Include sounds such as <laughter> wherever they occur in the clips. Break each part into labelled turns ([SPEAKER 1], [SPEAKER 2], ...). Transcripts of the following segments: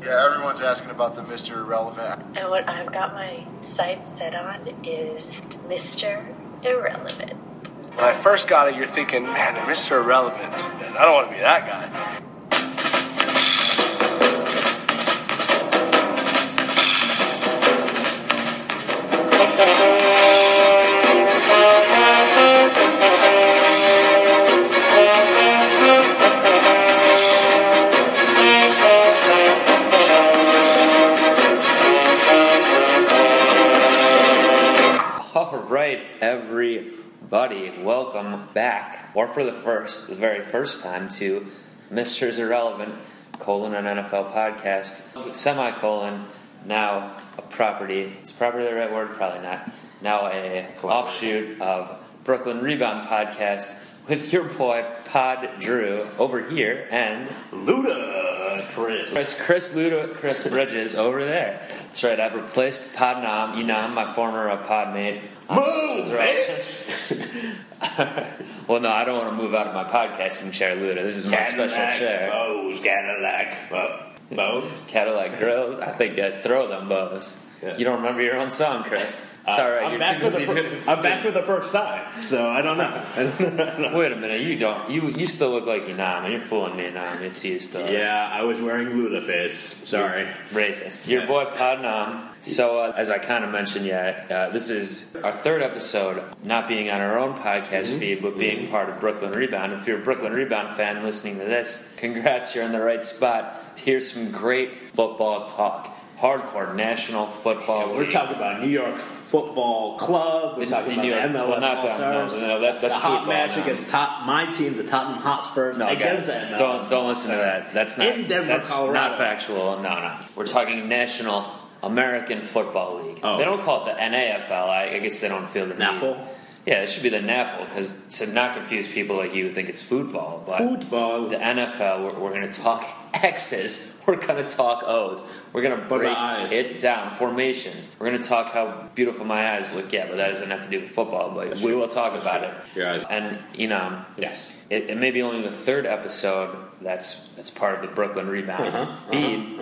[SPEAKER 1] Yeah, everyone's asking about the Mr. Irrelevant.
[SPEAKER 2] And what I've got my sight set on is Mr. Irrelevant.
[SPEAKER 3] When I first got it, you're thinking, man, they're Mr. Irrelevant. And I don't want to be that guy.
[SPEAKER 4] All right, everybody, welcome back, or for the first, the very first time, to Mr.'s Irrelevant, colon, an NFL podcast, semicolon, now a property, it's probably the right word, probably not, now a offshoot of Brooklyn Rebound Podcast with your boy, Pod Drew, over here, and
[SPEAKER 5] Luda, Chris.
[SPEAKER 4] Chris, Chris Luda, Chris Bridges over there. That's right. I've replaced Podnam, Enam, my former uh, podmate. Um,
[SPEAKER 5] Move,
[SPEAKER 4] that's right. well, no, I don't want to move out of my podcasting chair, Luda. This is my special chair.
[SPEAKER 5] Moe's Cadillac. Mo- Moe's?
[SPEAKER 4] Cadillac grills. I think I throw them bows.
[SPEAKER 5] Yeah. Uh,
[SPEAKER 4] You don't remember your own song,
[SPEAKER 5] <laughs>
[SPEAKER 4] Chris. It's all right.
[SPEAKER 5] I'm
[SPEAKER 4] You're
[SPEAKER 5] back,
[SPEAKER 4] too
[SPEAKER 5] for
[SPEAKER 4] busy.
[SPEAKER 5] the, fir-
[SPEAKER 4] doing-
[SPEAKER 5] I'm back for the first time, so I don't know. I don't know. <laughs>
[SPEAKER 4] Wait a minute. You don't. You you still look like Enam, and you're fooling me, Enam. It's you still.
[SPEAKER 5] yeah, I was wearing Ludaface. Sorry.
[SPEAKER 4] racist. Your boy Podnam. So, uh, as I kind of mentioned, yeah, uh, this is our third episode, not being on our own podcast feed, but being part of Brooklyn Rebound. If you're a Brooklyn Rebound fan listening to this, congrats, you're in the right spot to hear some great football talk. Hardcore national football.
[SPEAKER 5] We're
[SPEAKER 4] league.
[SPEAKER 5] talking about New York Football Club. We're
[SPEAKER 4] The-
[SPEAKER 5] talking
[SPEAKER 4] the New
[SPEAKER 5] about the MLS
[SPEAKER 4] York- well, not
[SPEAKER 5] All
[SPEAKER 4] that-
[SPEAKER 5] Stars.
[SPEAKER 4] no, no, that's- that's
[SPEAKER 5] the hot
[SPEAKER 4] football
[SPEAKER 5] match
[SPEAKER 4] now.
[SPEAKER 5] against top, my team, the Tottenham Hotspur,
[SPEAKER 4] No, guys,
[SPEAKER 5] against the MLS
[SPEAKER 4] don't don't listen to that. That's not
[SPEAKER 5] In Denver,
[SPEAKER 4] that's
[SPEAKER 5] Colorado.
[SPEAKER 4] not factual. No, no. We're talking National American Football League.
[SPEAKER 5] Oh.
[SPEAKER 4] They don't call it the NAFL. I, I guess they don't feel the need.
[SPEAKER 5] NAFL?
[SPEAKER 4] Yeah, it should be the NAFL because to not confuse people like you who think it's football, but
[SPEAKER 5] Football.
[SPEAKER 4] the NFL. We're, we're going to talk <laughs> X's. We're going to talk O's. We're going to
[SPEAKER 5] But
[SPEAKER 4] break
[SPEAKER 5] my eyes.
[SPEAKER 4] it down. Formations. We're going to talk how beautiful my eyes look. Yeah, but that doesn't have to do with football. But we will talk about it.
[SPEAKER 5] Your eyes.
[SPEAKER 4] And you know,
[SPEAKER 5] Yes.
[SPEAKER 4] it, it may be only the third episode that's that's part of the Brooklyn Rebound
[SPEAKER 5] Uh-huh.
[SPEAKER 4] feed,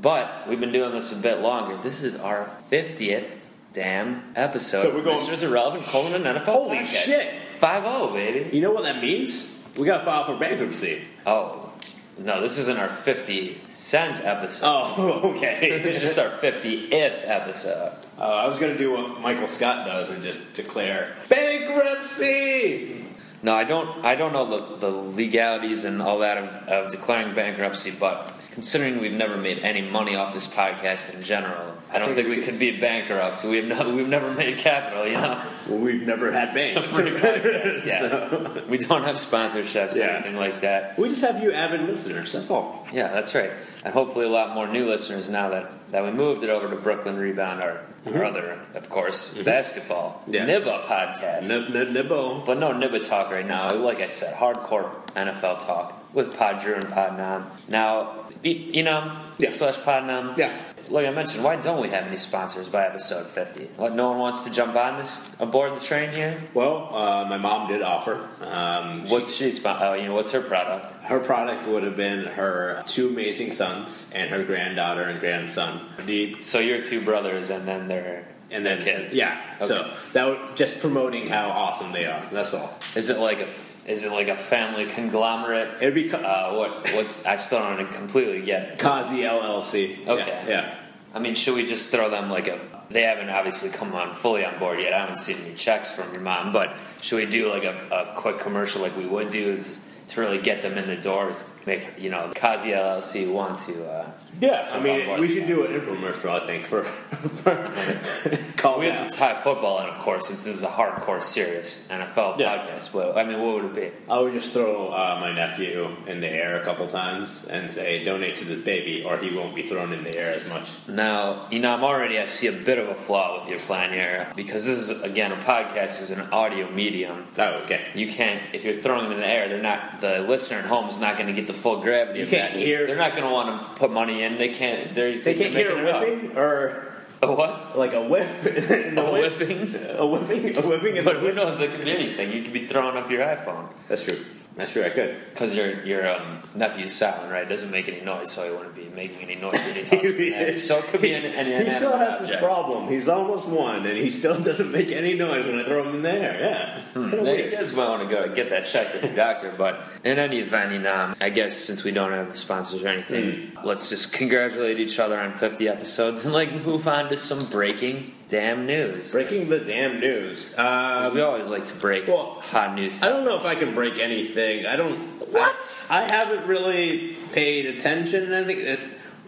[SPEAKER 4] but we've been doing this a bit longer. This is our fiftieth damn episode.
[SPEAKER 5] So we're going-
[SPEAKER 4] This is irrelevant. Colon and NFL.
[SPEAKER 5] Holy
[SPEAKER 4] podcast.
[SPEAKER 5] shit.
[SPEAKER 4] Five zero, baby.
[SPEAKER 5] You know what that means? We got to file for bankruptcy.
[SPEAKER 4] Oh no, this isn't our fifty cent episode.
[SPEAKER 5] Oh,
[SPEAKER 4] <laughs>
[SPEAKER 5] <laughs>
[SPEAKER 4] This is
[SPEAKER 5] okay.
[SPEAKER 4] just our fiftieth episode.
[SPEAKER 5] uh, I was going to do what Michael Scott does and just declare bankruptcy.
[SPEAKER 4] No, I don't. I don't know the, the legalities and all that of, of declaring bankruptcy, but considering we've never made any money off this podcast in general, I don't think, we could be bankrupt. We've no, we've never made capital, you know.
[SPEAKER 5] Well, we've never had banks.
[SPEAKER 4] So pretty
[SPEAKER 5] <laughs>
[SPEAKER 4] podcast, yeah. We don't have sponsorships or
[SPEAKER 5] Yeah.
[SPEAKER 4] anything like that.
[SPEAKER 5] We just have you avid listeners. That's all.
[SPEAKER 4] Yeah, that's right. And hopefully a lot more new listeners now that, that we moved it over to Brooklyn Rebound, our, our other, of course, basketball
[SPEAKER 5] Mm-hmm. Yeah.
[SPEAKER 4] Nibba podcast.
[SPEAKER 5] Nib- nib- nibble.
[SPEAKER 4] But no Nibba talk right now. Like I said, hardcore NFL talk with Pod Drew and Pod Nam. Now, e- Enum
[SPEAKER 5] Yeah.
[SPEAKER 4] slash Pod Nam.
[SPEAKER 5] Yeah.
[SPEAKER 4] Like I mentioned, why don't we have any sponsors by episode 50? What, no one wants to jump on this, aboard the train here?
[SPEAKER 5] Well, uh, my mom did offer. Um, she-
[SPEAKER 4] What's she, spon- oh, you know, what's her product?
[SPEAKER 5] her product would have been her two amazing sons and her granddaughter and grandson. Deep.
[SPEAKER 4] So your two brothers and then their,
[SPEAKER 5] And then
[SPEAKER 4] their kids.
[SPEAKER 5] Yeah.
[SPEAKER 4] Okay.
[SPEAKER 5] So that would, just promoting how awesome they are. That's all.
[SPEAKER 4] Is it like a, is it like a family conglomerate?
[SPEAKER 5] It'd be co-
[SPEAKER 4] uh, what, what's, I still don't completely get
[SPEAKER 5] Kazi LLC. Yeah,
[SPEAKER 4] Okay.
[SPEAKER 5] yeah.
[SPEAKER 4] I mean, should we just throw them like a? They haven't obviously come on fully on board yet. I haven't seen any checks from your mom, but should we do like a, a quick commercial like we would do to, to really get them in the doors? Make you know, Kazi LLC want to. Uh,
[SPEAKER 5] Yeah, I
[SPEAKER 4] So
[SPEAKER 5] mean,
[SPEAKER 4] I'm like-
[SPEAKER 5] we should do an infomercial, I think, for, for <laughs> call
[SPEAKER 4] we
[SPEAKER 5] it
[SPEAKER 4] have to tie football in, of course, since this is a hardcore, serious NFL
[SPEAKER 5] Yeah.
[SPEAKER 4] podcast. Well, I mean, what would it be?
[SPEAKER 5] I would just throw uh, my nephew in the air a couple times and say, donate to this baby, or he won't be thrown in the air as much.
[SPEAKER 4] Now, you know, I'm already I see a bit of a flaw with your plan here because this is again a podcast is an audio medium.
[SPEAKER 5] Oh, okay.
[SPEAKER 4] You can't if you're throwing them in the air. They're not the listener at home is not going to get the full gravity.
[SPEAKER 5] You
[SPEAKER 4] of
[SPEAKER 5] can't
[SPEAKER 4] that.
[SPEAKER 5] hear-
[SPEAKER 4] They're not going to want to put money in. They can't. They're,
[SPEAKER 5] They can't hear
[SPEAKER 4] they're
[SPEAKER 5] a
[SPEAKER 4] making it
[SPEAKER 5] whiffing or
[SPEAKER 4] up. A what?
[SPEAKER 5] like a whiff. <laughs> in
[SPEAKER 4] A
[SPEAKER 5] the wind.
[SPEAKER 4] whiffing? <laughs>
[SPEAKER 5] A whiffing? A whiffing in
[SPEAKER 4] But
[SPEAKER 5] the
[SPEAKER 4] who
[SPEAKER 5] wind.
[SPEAKER 4] knows? It could be anything. You could be throwing up your iPhone.
[SPEAKER 5] That's true. Not sure I could.
[SPEAKER 4] Because your your um, nephew's silent, right? It doesn't make any noise, so he wouldn't be making any
[SPEAKER 5] <laughs>
[SPEAKER 4] noise when he talks about that. So it could be an, an
[SPEAKER 5] he
[SPEAKER 4] inanimate
[SPEAKER 5] still has this
[SPEAKER 4] object.
[SPEAKER 5] problem. He's almost one, and he still <laughs> doesn't make any noise when I throw him in Hmm. there. Yeah, It's kinda
[SPEAKER 4] They
[SPEAKER 5] weird.
[SPEAKER 4] just might want to go to get that checked at the doctor, but in any event, you know, I guess since we don't have sponsors or anything,
[SPEAKER 5] Mm.
[SPEAKER 4] let's just congratulate each other on 50 episodes and like move on to some breaking damn news.
[SPEAKER 5] Breaking the damn news.
[SPEAKER 4] 'Cause
[SPEAKER 5] Um,
[SPEAKER 4] we always like to break
[SPEAKER 5] Well,
[SPEAKER 4] hot news.
[SPEAKER 5] I
[SPEAKER 4] Stuff.
[SPEAKER 5] don't know if I can break anything. I don't.
[SPEAKER 4] What?
[SPEAKER 5] I, I haven't really paid attention. I think it,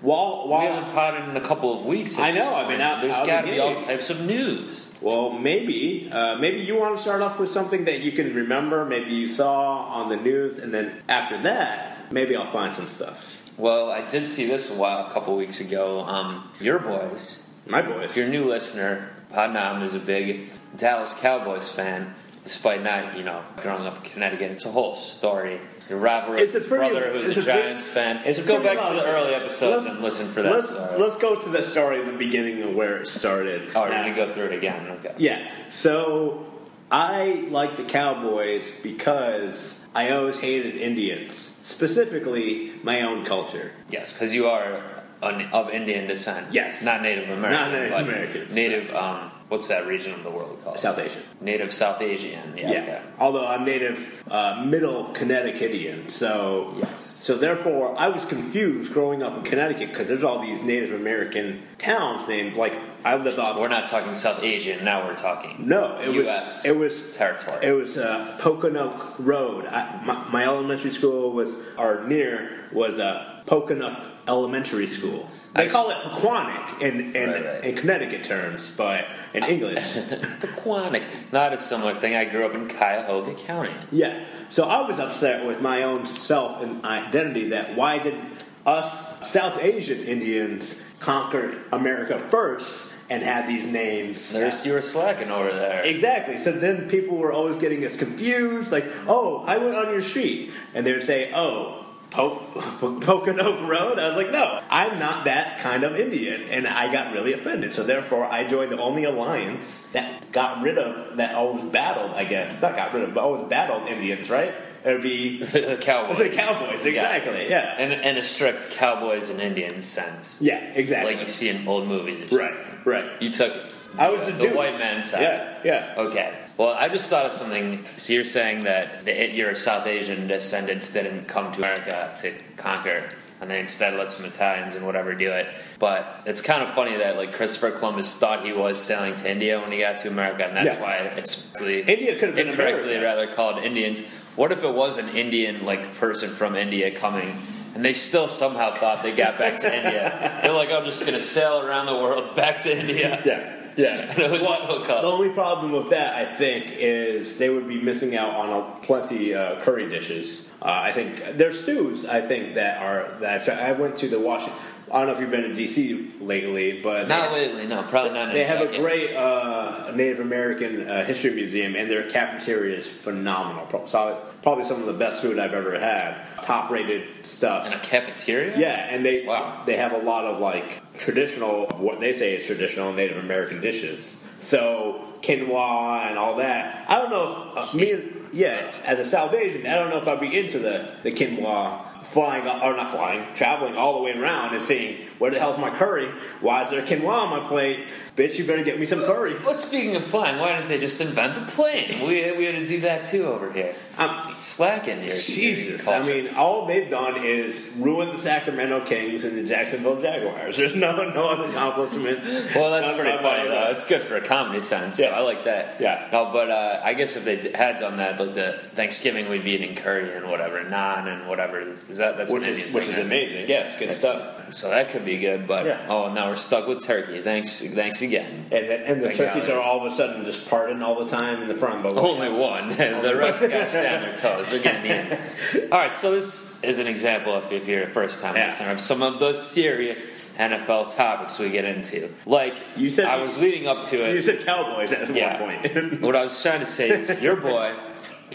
[SPEAKER 5] while
[SPEAKER 4] We
[SPEAKER 5] while
[SPEAKER 4] haven't potted in a couple of weeks. at
[SPEAKER 5] I know,
[SPEAKER 4] this
[SPEAKER 5] I've
[SPEAKER 4] point.
[SPEAKER 5] been out-
[SPEAKER 4] There's
[SPEAKER 5] out of
[SPEAKER 4] got to
[SPEAKER 5] the
[SPEAKER 4] be all
[SPEAKER 5] gate.
[SPEAKER 4] types of news.
[SPEAKER 5] Well, maybe. Uh, maybe you want to start off with something that you can remember, maybe you saw on the news, and then after that, maybe I'll find some stuff.
[SPEAKER 4] Well, I did see this a while, a couple weeks ago. Um, your boys,
[SPEAKER 5] My boys.
[SPEAKER 4] if you're a new listener, Padnam is a big Dallas Cowboys fan, despite not, you know, growing up in Connecticut. It's a whole story. Your rivalry
[SPEAKER 5] It's a pretty-
[SPEAKER 4] brother who's
[SPEAKER 5] it's
[SPEAKER 4] a
[SPEAKER 5] a pretty-
[SPEAKER 4] Giants fan.
[SPEAKER 5] it's a
[SPEAKER 4] Go
[SPEAKER 5] pretty
[SPEAKER 4] back to the
[SPEAKER 5] rough-
[SPEAKER 4] early episodes
[SPEAKER 5] Let's-
[SPEAKER 4] and listen for that
[SPEAKER 5] Let's,
[SPEAKER 4] story.
[SPEAKER 5] let's go to the story in the beginning of where it started.
[SPEAKER 4] oh, we're
[SPEAKER 5] Now-
[SPEAKER 4] going to go through it again. Okay.
[SPEAKER 5] Yeah. So I like the Cowboys because I always hated Indians, specifically my own culture.
[SPEAKER 4] Yes, because you are an, of Indian descent.
[SPEAKER 5] Yes.
[SPEAKER 4] Not Native American.
[SPEAKER 5] Not Native
[SPEAKER 4] but
[SPEAKER 5] Americans.
[SPEAKER 4] Native, um, what's that region of the world called?
[SPEAKER 5] South Asian.
[SPEAKER 4] Native South Asian. Yeah.
[SPEAKER 5] Yeah.
[SPEAKER 4] okay.
[SPEAKER 5] Although I'm native uh, middle Connecticutian, so
[SPEAKER 4] Yes.
[SPEAKER 5] so therefore I was confused growing up in Connecticut because there's all these Native American towns named like I lived off.
[SPEAKER 4] We're not talking South Asian. Now we're talking
[SPEAKER 5] no, it
[SPEAKER 4] U.S.
[SPEAKER 5] was it was
[SPEAKER 4] territory.
[SPEAKER 5] It was uh, Poconoke Road. I, my, my elementary school was, or near, was uh, Poconoke Elementary School. They
[SPEAKER 4] I-
[SPEAKER 5] call it Pequannock in, in,
[SPEAKER 4] Right, right.
[SPEAKER 5] in Connecticut terms, but in English,
[SPEAKER 4] <laughs> Pequannock. Not a similar thing. I grew up in Cuyahoga County.
[SPEAKER 5] yeah. So I was upset with my own self and identity that why did us South Asian Indians conquer America first and have these names?
[SPEAKER 4] There's you were slacking over there.
[SPEAKER 5] Exactly. So then people were always getting us confused, like, "Oh, I went on your street," and they would say, "Oh, po- <laughs> Pocono Road." I was like, "No, I'm not that kind of Indian," and I got really offended. So therefore, I joined the only alliance that got rid of that always battled. I guess not got rid of, but always battled Indians. Right? It would
[SPEAKER 4] <laughs>
[SPEAKER 5] be <laughs>
[SPEAKER 4] the
[SPEAKER 5] the
[SPEAKER 4] Cowboys.
[SPEAKER 5] Cowboys. Exactly. Yeah.
[SPEAKER 4] In, in a strict Cowboys and Indians sense.
[SPEAKER 5] Yeah. Exactly.
[SPEAKER 4] Like you see in old movies. or something.
[SPEAKER 5] right. Right.
[SPEAKER 4] You took
[SPEAKER 5] I was the,
[SPEAKER 4] the
[SPEAKER 5] dude.
[SPEAKER 4] white man side.
[SPEAKER 5] Yeah. Yeah.
[SPEAKER 4] Okay. Well, I just thought of something. So you're saying that the, your South Asian descendants didn't come to America to conquer, and they instead let some Italians and whatever do it. But it's kind of funny that like Christopher Columbus thought he was sailing to India when he got to America, and that's
[SPEAKER 5] Yeah.
[SPEAKER 4] why it's really
[SPEAKER 5] India could have been
[SPEAKER 4] incorrectly
[SPEAKER 5] America.
[SPEAKER 4] rather called Indians. What if it was an Indian like person from India coming? And they still somehow thought they got back to India. They're like, I'm just gonna sail around the world back to India.
[SPEAKER 5] Yeah,
[SPEAKER 4] <laughs>
[SPEAKER 5] yeah.
[SPEAKER 4] It was so cut.
[SPEAKER 5] the only problem with that, I think, is they would be missing out on a plenty uh, curry dishes. Uh, I think there's stews. I think that are that I went to the Washington. I don't know if you've been to DC lately, but
[SPEAKER 4] Not lately, no, probably not. in
[SPEAKER 5] they have a
[SPEAKER 4] Kentucky.
[SPEAKER 5] great uh, Native American uh, history museum, and their cafeteria is phenomenal. Prob- so- Probably some of the best food I've ever had. Top rated stuff.
[SPEAKER 4] in a cafeteria.
[SPEAKER 5] <laughs> Yeah, and they
[SPEAKER 4] Wow.
[SPEAKER 5] they have a lot of like traditional of what they say is traditional Native American dishes. So quinoa and all that. I don't know if uh, me yeah, as a South Asian, I don't know if I'd be into the the quinoa flying or not flying, traveling all the way around and seeing where the hell's my curry? Why is there quinoa on my plate? Bitch, you better get me some curry.
[SPEAKER 4] But speaking of flying, why didn't they just invent the plane? We we had to do that too over here.
[SPEAKER 5] Um,
[SPEAKER 4] Slacking here.
[SPEAKER 5] Jesus,
[SPEAKER 4] culture.
[SPEAKER 5] I mean, all they've done is ruin the Sacramento Kings and the Jacksonville Jaguars. There's no no other accomplishment.
[SPEAKER 4] Well, that's pretty
[SPEAKER 5] Not- not-
[SPEAKER 4] funny though. It's good for a comedy sense. so
[SPEAKER 5] Yeah.
[SPEAKER 4] I like that.
[SPEAKER 5] Yeah.
[SPEAKER 4] No, but uh, I guess if they d- had done that, like the Thanksgiving, we'd be eating curry and whatever, naan and whatever. Is, is that that's
[SPEAKER 5] which
[SPEAKER 4] an
[SPEAKER 5] is
[SPEAKER 4] Indian
[SPEAKER 5] which
[SPEAKER 4] thing,
[SPEAKER 5] is
[SPEAKER 4] right?
[SPEAKER 5] amazing. Yeah, it's good stuff.
[SPEAKER 4] So that could be good, but
[SPEAKER 5] Yeah.
[SPEAKER 4] oh, now we're stuck with turkey. Thanks, thanks again.
[SPEAKER 5] And the, and the
[SPEAKER 4] Thank
[SPEAKER 5] turkeys
[SPEAKER 4] God.
[SPEAKER 5] are all of a sudden just parting all the time in the front. But <laughs>
[SPEAKER 4] Only one. <laughs> the rest got to stand their toes. They're getting
[SPEAKER 5] <laughs>
[SPEAKER 4] in. All right, so this is an example of if you're a first time
[SPEAKER 5] Yeah.
[SPEAKER 4] listener of some of the serious NFL topics we get into. Like
[SPEAKER 5] You said-
[SPEAKER 4] I was leading up to
[SPEAKER 5] So
[SPEAKER 4] it.
[SPEAKER 5] you said Cowboys at
[SPEAKER 4] yeah. <laughs>
[SPEAKER 5] one point. <laughs>
[SPEAKER 4] what I was trying to say is your boy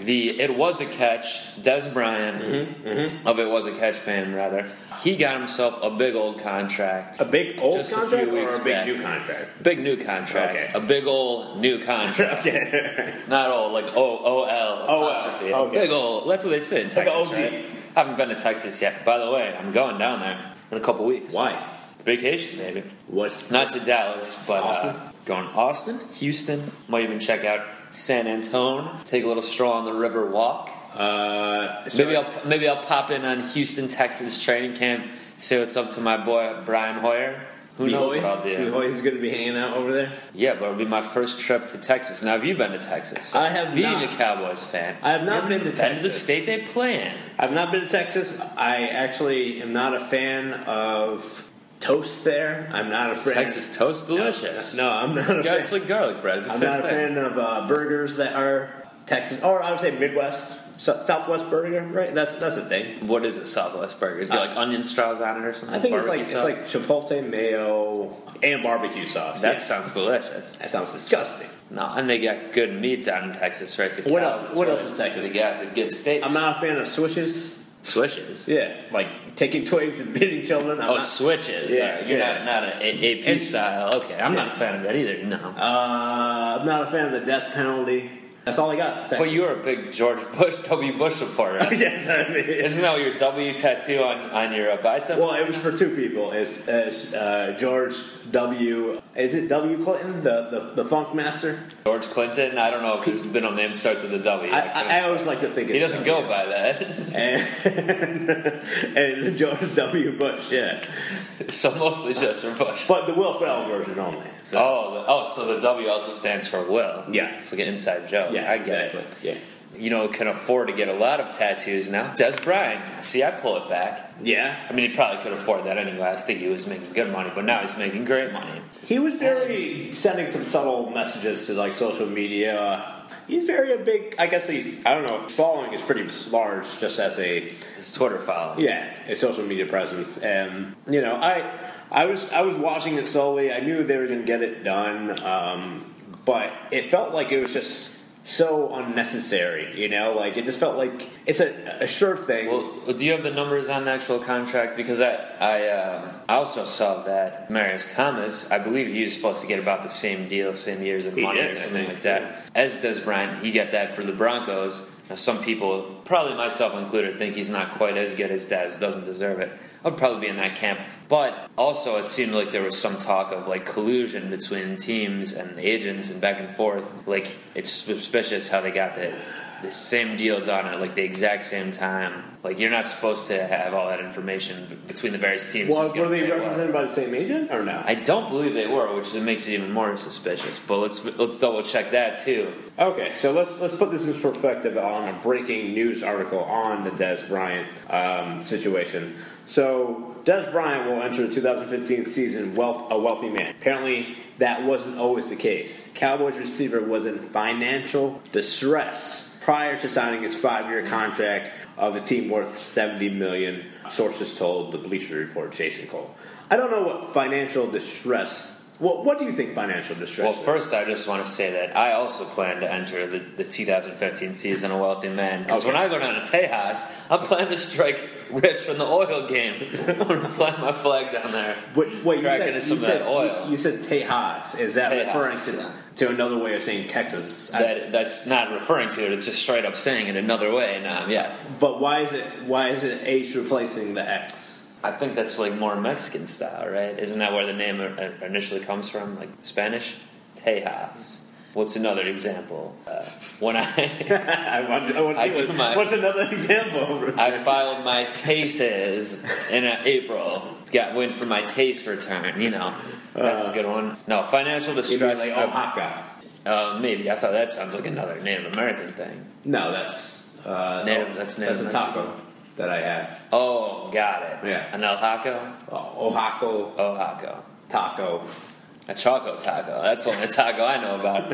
[SPEAKER 4] the it was a catch. Des Bryant
[SPEAKER 5] Mm-hmm,
[SPEAKER 4] of it was a catch fame rather. He got himself a big old contract,
[SPEAKER 5] A big old
[SPEAKER 4] Just a few
[SPEAKER 5] contract or
[SPEAKER 4] weeks
[SPEAKER 5] a big
[SPEAKER 4] back.
[SPEAKER 5] new contract? <laughs>
[SPEAKER 4] big new contract,
[SPEAKER 5] Okay.
[SPEAKER 4] a big old new contract.
[SPEAKER 5] Okay.
[SPEAKER 4] Not old, like O O L
[SPEAKER 5] O L,
[SPEAKER 4] apostrophe.
[SPEAKER 5] okay.
[SPEAKER 4] Big old. That's what they say in
[SPEAKER 5] Like a
[SPEAKER 4] Texas.
[SPEAKER 5] OG.
[SPEAKER 4] right? I haven't been to Texas yet. By the way, I'm going down there in a couple weeks.
[SPEAKER 5] Why?
[SPEAKER 4] Vacation, maybe.
[SPEAKER 5] What's
[SPEAKER 4] Not to Dallas, but
[SPEAKER 5] Austin?
[SPEAKER 4] Uh, going to Austin, Houston. Might even check out San Antone. Take a little stroll on the River Walk.
[SPEAKER 5] uh? so-
[SPEAKER 4] Maybe I'll maybe I'll pop in on Houston, Texas training camp. Say what's up to my boy Brian Hoyer. Who
[SPEAKER 5] the
[SPEAKER 4] knows uh,
[SPEAKER 5] Hoys?
[SPEAKER 4] what I'll do?
[SPEAKER 5] The Hoys is going to be hanging out over there.
[SPEAKER 4] Yeah, but it'll be my first trip to Texas. Now, have you been to Texas?
[SPEAKER 5] I have
[SPEAKER 4] Being
[SPEAKER 5] not.
[SPEAKER 4] a Cowboys fan,
[SPEAKER 5] I have not been to
[SPEAKER 4] That is the
[SPEAKER 5] Texas.
[SPEAKER 4] state they play in.
[SPEAKER 5] I've not been to Texas. I actually am not a fan of toast there. I'm not a fan.
[SPEAKER 4] Texas toast, delicious.
[SPEAKER 5] No, I'm not a
[SPEAKER 4] Yeah, it's
[SPEAKER 5] fan.
[SPEAKER 4] like garlic bread. It's the
[SPEAKER 5] I'm
[SPEAKER 4] same
[SPEAKER 5] not a
[SPEAKER 4] thing.
[SPEAKER 5] fan of uh, burgers that are Texas, or I would say Midwest, so- Southwest burger. Right? That's that's a thing.
[SPEAKER 4] What is it, Southwest burger? Is it like onion straws on it or something?
[SPEAKER 5] I think it's like
[SPEAKER 4] Barbecue
[SPEAKER 5] it's
[SPEAKER 4] sauce?
[SPEAKER 5] like chipotle mayo and barbecue sauce.
[SPEAKER 4] that
[SPEAKER 5] Yeah.
[SPEAKER 4] sounds delicious.
[SPEAKER 5] that sounds disgusting.
[SPEAKER 4] No, and they got good meat down in Texas, right? The
[SPEAKER 5] What
[SPEAKER 4] cows,
[SPEAKER 5] else-
[SPEAKER 4] that's
[SPEAKER 5] what
[SPEAKER 4] right.
[SPEAKER 5] else in Texas?
[SPEAKER 4] They got the good steaks.
[SPEAKER 5] I'm not a fan of swishes.
[SPEAKER 4] Swishes.
[SPEAKER 5] Yeah, like taking twigs and beating children. I'm
[SPEAKER 4] Oh,
[SPEAKER 5] not-
[SPEAKER 4] switches.
[SPEAKER 5] Yeah,
[SPEAKER 4] Alright, You're
[SPEAKER 5] yeah.
[SPEAKER 4] not, not an A- AP
[SPEAKER 5] And-
[SPEAKER 4] style. Okay, I'm not a fan of that either. No.
[SPEAKER 5] uh, I'm not a fan of the death penalty. That's all I got. For Texas.
[SPEAKER 4] But you're a big George Bush, W. Bush <laughs> supporter.
[SPEAKER 5] <laughs> yes, I mean.
[SPEAKER 4] Isn't that what your W tattoo on, on your uh, bicep?
[SPEAKER 5] Well, it was for two people. It's, it's uh, George W. Is it W. Clinton, the the, the funk master?
[SPEAKER 4] George Clinton? I don't know if his middle name starts with a W.
[SPEAKER 5] I,
[SPEAKER 4] I couldn't-
[SPEAKER 5] I, I always like to think it's
[SPEAKER 4] he doesn't
[SPEAKER 5] W.
[SPEAKER 4] go by that. <laughs>
[SPEAKER 5] And, <laughs> and George W. Bush, yeah,
[SPEAKER 4] so mostly just for
[SPEAKER 5] <laughs>
[SPEAKER 4] Bush.
[SPEAKER 5] but the Will Ferrell version only. So
[SPEAKER 4] Oh, the, oh, so the W also stands for Will.
[SPEAKER 5] Yeah.
[SPEAKER 4] It's like an inside joke.
[SPEAKER 5] yeah,
[SPEAKER 4] Oh, I get
[SPEAKER 5] exactly.
[SPEAKER 4] it.
[SPEAKER 5] Yeah,
[SPEAKER 4] You know, can afford to get a lot of tattoos now. Des Bryant. See, I pull it back.
[SPEAKER 5] yeah.
[SPEAKER 4] I mean, he probably could afford that anyway. I think he was making good money, but now he's making great money.
[SPEAKER 5] He was very sending some subtle messages to like social media. He's very a big. I guess he. I don't know. Following is pretty large, just as a
[SPEAKER 4] His Twitter following.
[SPEAKER 5] Yeah, a social media presence, and you know, I, I was, I was watching it slowly. I knew they were going to get it done, um, but it felt like it was just so unnecessary. You know, like it just felt like it's a, a sure thing.
[SPEAKER 4] Well, do you have the numbers on the actual contract? Because I I, um I also saw that Marius Thomas, I believe he was supposed to get about the same deal, same years of
[SPEAKER 5] He
[SPEAKER 4] money
[SPEAKER 5] did,
[SPEAKER 4] or
[SPEAKER 5] I
[SPEAKER 4] something like
[SPEAKER 5] think,
[SPEAKER 4] that. As does Bryant, he got that for the Broncos. Now, some people, probably myself included, think he's not quite as good as Dez, doesn't deserve it. I'd probably be in that camp. But also, it seemed like there was some talk of like collusion between teams and agents and back and forth. Like, it's suspicious how they got the, the same deal done at like the exact same time. Like, you're not supposed to have all that information b- between the various teams.
[SPEAKER 5] Well,
[SPEAKER 4] who's
[SPEAKER 5] were
[SPEAKER 4] gonna
[SPEAKER 5] they
[SPEAKER 4] pay what.
[SPEAKER 5] represented by the same agent or no?
[SPEAKER 4] I don't believe they were, which makes it even more suspicious. But let's let's double check that too.
[SPEAKER 5] Okay, so let's let's put this in perspective on a breaking news article on the Des Bryant um, situation. So Des Bryant will enter the 2015 season wealth a wealthy man. Apparently, that wasn't always the case. Cowboys receiver was in financial distress prior to signing his five-year contract of the team worth 70 million. Sources told the Bleacher Report, Jason Cole. I don't know what financial distress. What what do you think financial distress?
[SPEAKER 4] Well,
[SPEAKER 5] is?
[SPEAKER 4] first, I just want to say that I also plan to enter the, the 2015 season a wealthy man. Because when I go down to Tejas, I plan to strike rich from the oil game. <laughs> I'm going to plant my flag down there.
[SPEAKER 5] Wait, wait you
[SPEAKER 4] Crack
[SPEAKER 5] said,
[SPEAKER 4] into some
[SPEAKER 5] you
[SPEAKER 4] of that
[SPEAKER 5] said
[SPEAKER 4] oil.
[SPEAKER 5] You, you said Tejas. Is that
[SPEAKER 4] Tejas,
[SPEAKER 5] referring to
[SPEAKER 4] yeah.
[SPEAKER 5] to another way of saying Texas? I-
[SPEAKER 4] That, that's not referring to it, it's just straight up saying it another way. Now, yes.
[SPEAKER 5] but why is it why is it H replacing the X? <laughs>
[SPEAKER 4] I think that's like more Mexican style, right? Isn't that where the name uh, initially comes from? Like Spanish? Tejas. What's another example? Uh, when I.
[SPEAKER 5] I wonder, I wonder-
[SPEAKER 4] I do my-
[SPEAKER 5] what's another <laughs> example?
[SPEAKER 4] I filed my tases in uh, April. Got win for my taste return. You know, that's a good one. No financial
[SPEAKER 5] you mean
[SPEAKER 4] distress.
[SPEAKER 5] Uh. like Oaxaca?
[SPEAKER 4] uh, maybe I thought that sounds like another Native American thing.
[SPEAKER 5] No, that's uh,
[SPEAKER 4] Native-
[SPEAKER 5] oh,
[SPEAKER 4] that's
[SPEAKER 5] that's
[SPEAKER 4] Native
[SPEAKER 5] a
[SPEAKER 4] Mexican.
[SPEAKER 5] taco that I had.
[SPEAKER 4] Oh, got it.
[SPEAKER 5] Yeah.
[SPEAKER 4] An El Haco,
[SPEAKER 5] Oh, Oaxaca
[SPEAKER 4] Oaxaco,
[SPEAKER 5] taco.
[SPEAKER 4] a Choco Taco. That's the only taco I know
[SPEAKER 5] <laughs>
[SPEAKER 4] about.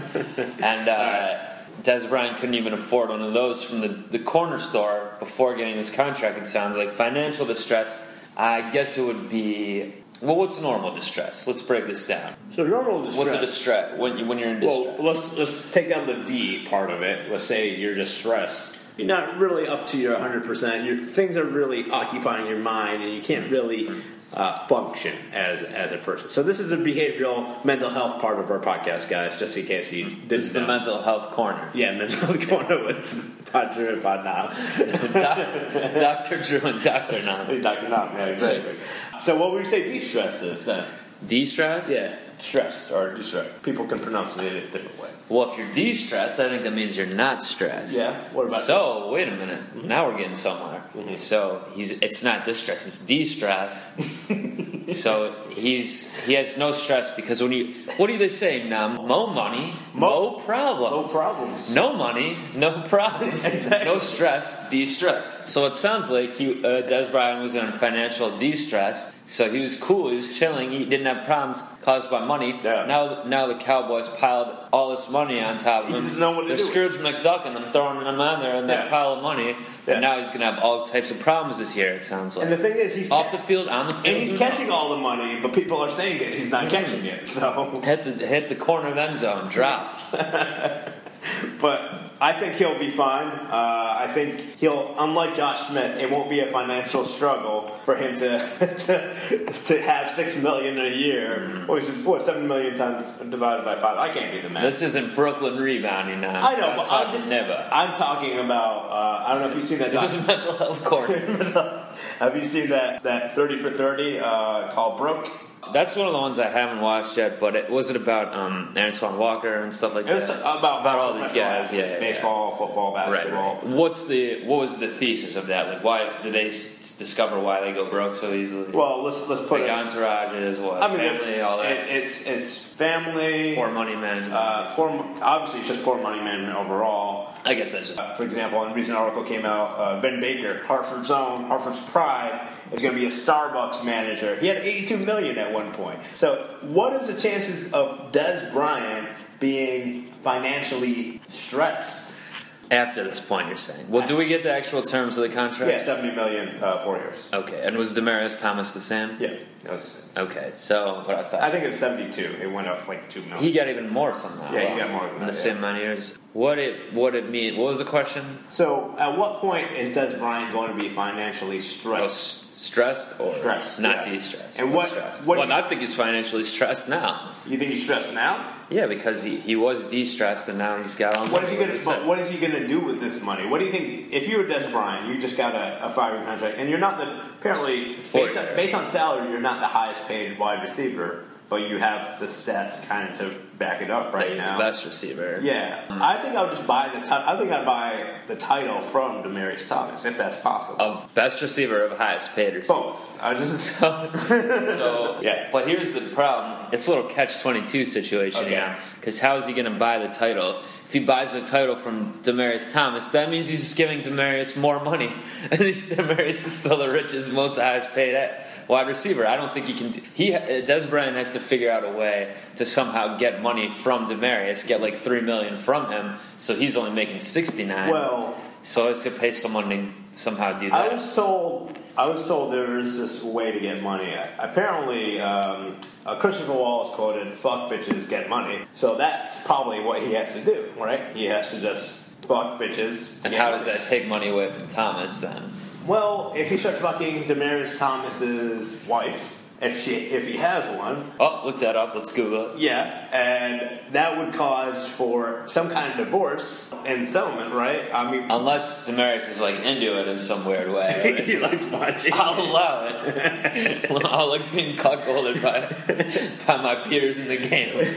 [SPEAKER 4] And uh, Des Bryant couldn't even afford one of those from the, the corner store before getting this contract. It sounds like financial distress. I guess it would be Well, what's normal distress? Let's break this down.
[SPEAKER 5] So normal distress.
[SPEAKER 4] What's a distress when you, when you're in distress?
[SPEAKER 5] Well, let's let's take down the D part of it. Let's say you're just stressed. You're not really up to your 100. percent Your things are really occupying your mind, and you can't really uh, function as as a person. So this is the behavioral mental health part of our podcast, guys. Just in case you didn't
[SPEAKER 4] this is the
[SPEAKER 5] know.
[SPEAKER 4] mental health
[SPEAKER 5] <laughs>
[SPEAKER 4] corner. <laughs>
[SPEAKER 5] yeah, mental corner with Pod Drew and Pod
[SPEAKER 4] <laughs>
[SPEAKER 5] Knob.
[SPEAKER 4] Doctor Drew and Doctor Nam.
[SPEAKER 5] Dr. Knob, yeah, exactly. So what would you say de-stress is then?
[SPEAKER 4] De-stress.
[SPEAKER 5] Yeah, stress or distress. People can pronounce it in different ways.
[SPEAKER 4] Well, if you're de-stressed, I think that means you're not stressed.
[SPEAKER 5] Yeah, what about- Mm-hmm.
[SPEAKER 4] So wait a minute. Now we're getting somewhere. So he's it's not distress. It's
[SPEAKER 5] <laughs>
[SPEAKER 4] de-stress. so he's he has no stress because when you what do they say now? Mo money, mo, problems.
[SPEAKER 5] no problems.
[SPEAKER 4] No money, no problems, no stress, de-stress. So it sounds like he, uh, Des Bryant was in financial de-stress. So he was cool, he was chilling, he didn't have problems caused by money.
[SPEAKER 5] Yeah.
[SPEAKER 4] Now, now the Cowboys piled all this money on top of
[SPEAKER 5] He
[SPEAKER 4] him.
[SPEAKER 5] doesn't know what to
[SPEAKER 4] They're
[SPEAKER 5] do.
[SPEAKER 4] Scrooge McDuck and them throwing them on there in that
[SPEAKER 5] Yeah.
[SPEAKER 4] pile of money.
[SPEAKER 5] Yeah.
[SPEAKER 4] And now he's gonna have all types of problems this year. It sounds like
[SPEAKER 5] And the thing is, he's
[SPEAKER 4] off the field, on the field,
[SPEAKER 5] And he's
[SPEAKER 4] who knows?
[SPEAKER 5] catching all the money, but people are saying that he's
[SPEAKER 4] Mm-hmm.
[SPEAKER 5] not catching it. <laughs> So,
[SPEAKER 4] Hit the hit the corner of end zone, drop.
[SPEAKER 5] but I think he'll be fine. Uh, I think he'll, unlike Josh Smith, it won't be a financial struggle for him to <laughs> to, to have six million a
[SPEAKER 4] Mm-hmm.
[SPEAKER 5] year, which is what seven million times divided by five. I can't do the math.
[SPEAKER 4] this isn't Brooklyn rebounding now.
[SPEAKER 5] I know, but I'm
[SPEAKER 4] talking
[SPEAKER 5] just
[SPEAKER 4] never.
[SPEAKER 5] I'm talking about. Uh, I don't know if you've seen that.
[SPEAKER 4] This is mental health
[SPEAKER 5] <laughs>
[SPEAKER 4] corner.
[SPEAKER 5] doc- have you seen that that thirty for thirty uh, called Brooke?
[SPEAKER 4] That's one of the ones I haven't watched yet, but it was it about um, Aaron Swan Walker and stuff like
[SPEAKER 5] It was
[SPEAKER 4] that.
[SPEAKER 5] about
[SPEAKER 4] about all these guys, yeah, yeah, yeah.
[SPEAKER 5] baseball, football,
[SPEAKER 4] Right,
[SPEAKER 5] basketball.
[SPEAKER 4] right. What's the what was the thesis of that? Like, why did they s- discover why they go broke so easily?
[SPEAKER 5] Well, let's let's put
[SPEAKER 4] like
[SPEAKER 5] it.
[SPEAKER 4] entourages, what
[SPEAKER 5] I mean,
[SPEAKER 4] family,
[SPEAKER 5] it-
[SPEAKER 4] all that.
[SPEAKER 5] it- it's it's family.
[SPEAKER 4] Poor money management.
[SPEAKER 5] uh, poor, obviously, it's just poor money management overall.
[SPEAKER 4] I guess that's just
[SPEAKER 5] Uh, for example, a recent article came out. Uh, ben Baker, Hartford's own, Hartford's pride, is going to be a Starbucks manager. He had 82 million at one point. So, what is the chances of Des Bryant being financially stressed?
[SPEAKER 4] after this point. You're saying. Well, do we get the actual terms of the contract?
[SPEAKER 5] Yeah, 70 million uh, four years.
[SPEAKER 4] Okay, and was Demarius Thomas the same?
[SPEAKER 5] Yeah, that was-
[SPEAKER 4] Okay, so what I thought.
[SPEAKER 5] I think it was 72. It went up like two million.
[SPEAKER 4] He got even more somehow.
[SPEAKER 5] Yeah, he
[SPEAKER 4] wow.
[SPEAKER 5] got more than
[SPEAKER 4] in the
[SPEAKER 5] that, yeah.
[SPEAKER 4] same amount of years. What it what it mean? What was the question?
[SPEAKER 5] So, at what point is Des Bryant going to be financially
[SPEAKER 4] Oh,
[SPEAKER 5] stressed?
[SPEAKER 4] s- stressed or
[SPEAKER 5] Stressed,
[SPEAKER 4] not
[SPEAKER 5] yeah.
[SPEAKER 4] de-stressed.
[SPEAKER 5] And
[SPEAKER 4] What's
[SPEAKER 5] what-
[SPEAKER 4] stressed?
[SPEAKER 5] what do
[SPEAKER 4] well,
[SPEAKER 5] you-
[SPEAKER 4] I think he's financially stressed now.
[SPEAKER 5] You think he's stressed now?
[SPEAKER 4] Yeah, because he, he was de-stressed and now he's got all.
[SPEAKER 5] What is he gonna?
[SPEAKER 4] to
[SPEAKER 5] But what is he gonna do with this money? What do you think? If you were Des Bryant, you just got a, a five-year contract, and you're not the apparently based on,
[SPEAKER 4] Four-year.
[SPEAKER 5] based on salary, you're not the highest-paid wide receiver, but you have the stats kind of to back it up right
[SPEAKER 4] the
[SPEAKER 5] now.
[SPEAKER 4] best receiver?
[SPEAKER 5] Yeah, I think I would just buy the. T- I think I'd buy the title from Demarius Thomas if that's possible.
[SPEAKER 4] Of best receiver of highest paid receiver.
[SPEAKER 5] Both. I just. <laughs>
[SPEAKER 4] So, so
[SPEAKER 5] Yeah.
[SPEAKER 4] But here's the problem: it's a little catch twenty two situation
[SPEAKER 5] Okay.
[SPEAKER 4] here. Because how is he going to buy the title? If he buys the title from Demarius Thomas, that means he's just giving Demarius more money, <laughs> and he's- Demarius is still the richest, most highest paid at wide receiver. I don't think he can. He uh, Des Bryant has to figure out a way to somehow get money from Demarius, get like three million from him, so he's only making sixty nine.
[SPEAKER 5] Well,
[SPEAKER 4] so it's going to pay someone to somehow do
[SPEAKER 5] I
[SPEAKER 4] that.
[SPEAKER 5] was told I was told there is this way to get money. Apparently, um, uh, Christopher Wallace quoted, "Fuck bitches, get money." So that's probably what he has to do, right? He has to just fuck bitches. to
[SPEAKER 4] and
[SPEAKER 5] get
[SPEAKER 4] how
[SPEAKER 5] money.
[SPEAKER 4] does that take money away from Thomas then?
[SPEAKER 5] Well, if he starts fucking Damaris Thomas's wife, if she if he has one,
[SPEAKER 4] Oh, look that up. Let's Google it.
[SPEAKER 5] yeah, and that would cause for some kind of divorce and settlement, right? I mean, <laughs>
[SPEAKER 4] Unless Damaris is like into it in some weird way.
[SPEAKER 5] he likes watching.
[SPEAKER 4] I'll allow it. <laughs> I'll like being cuckolded by by my peers in the game.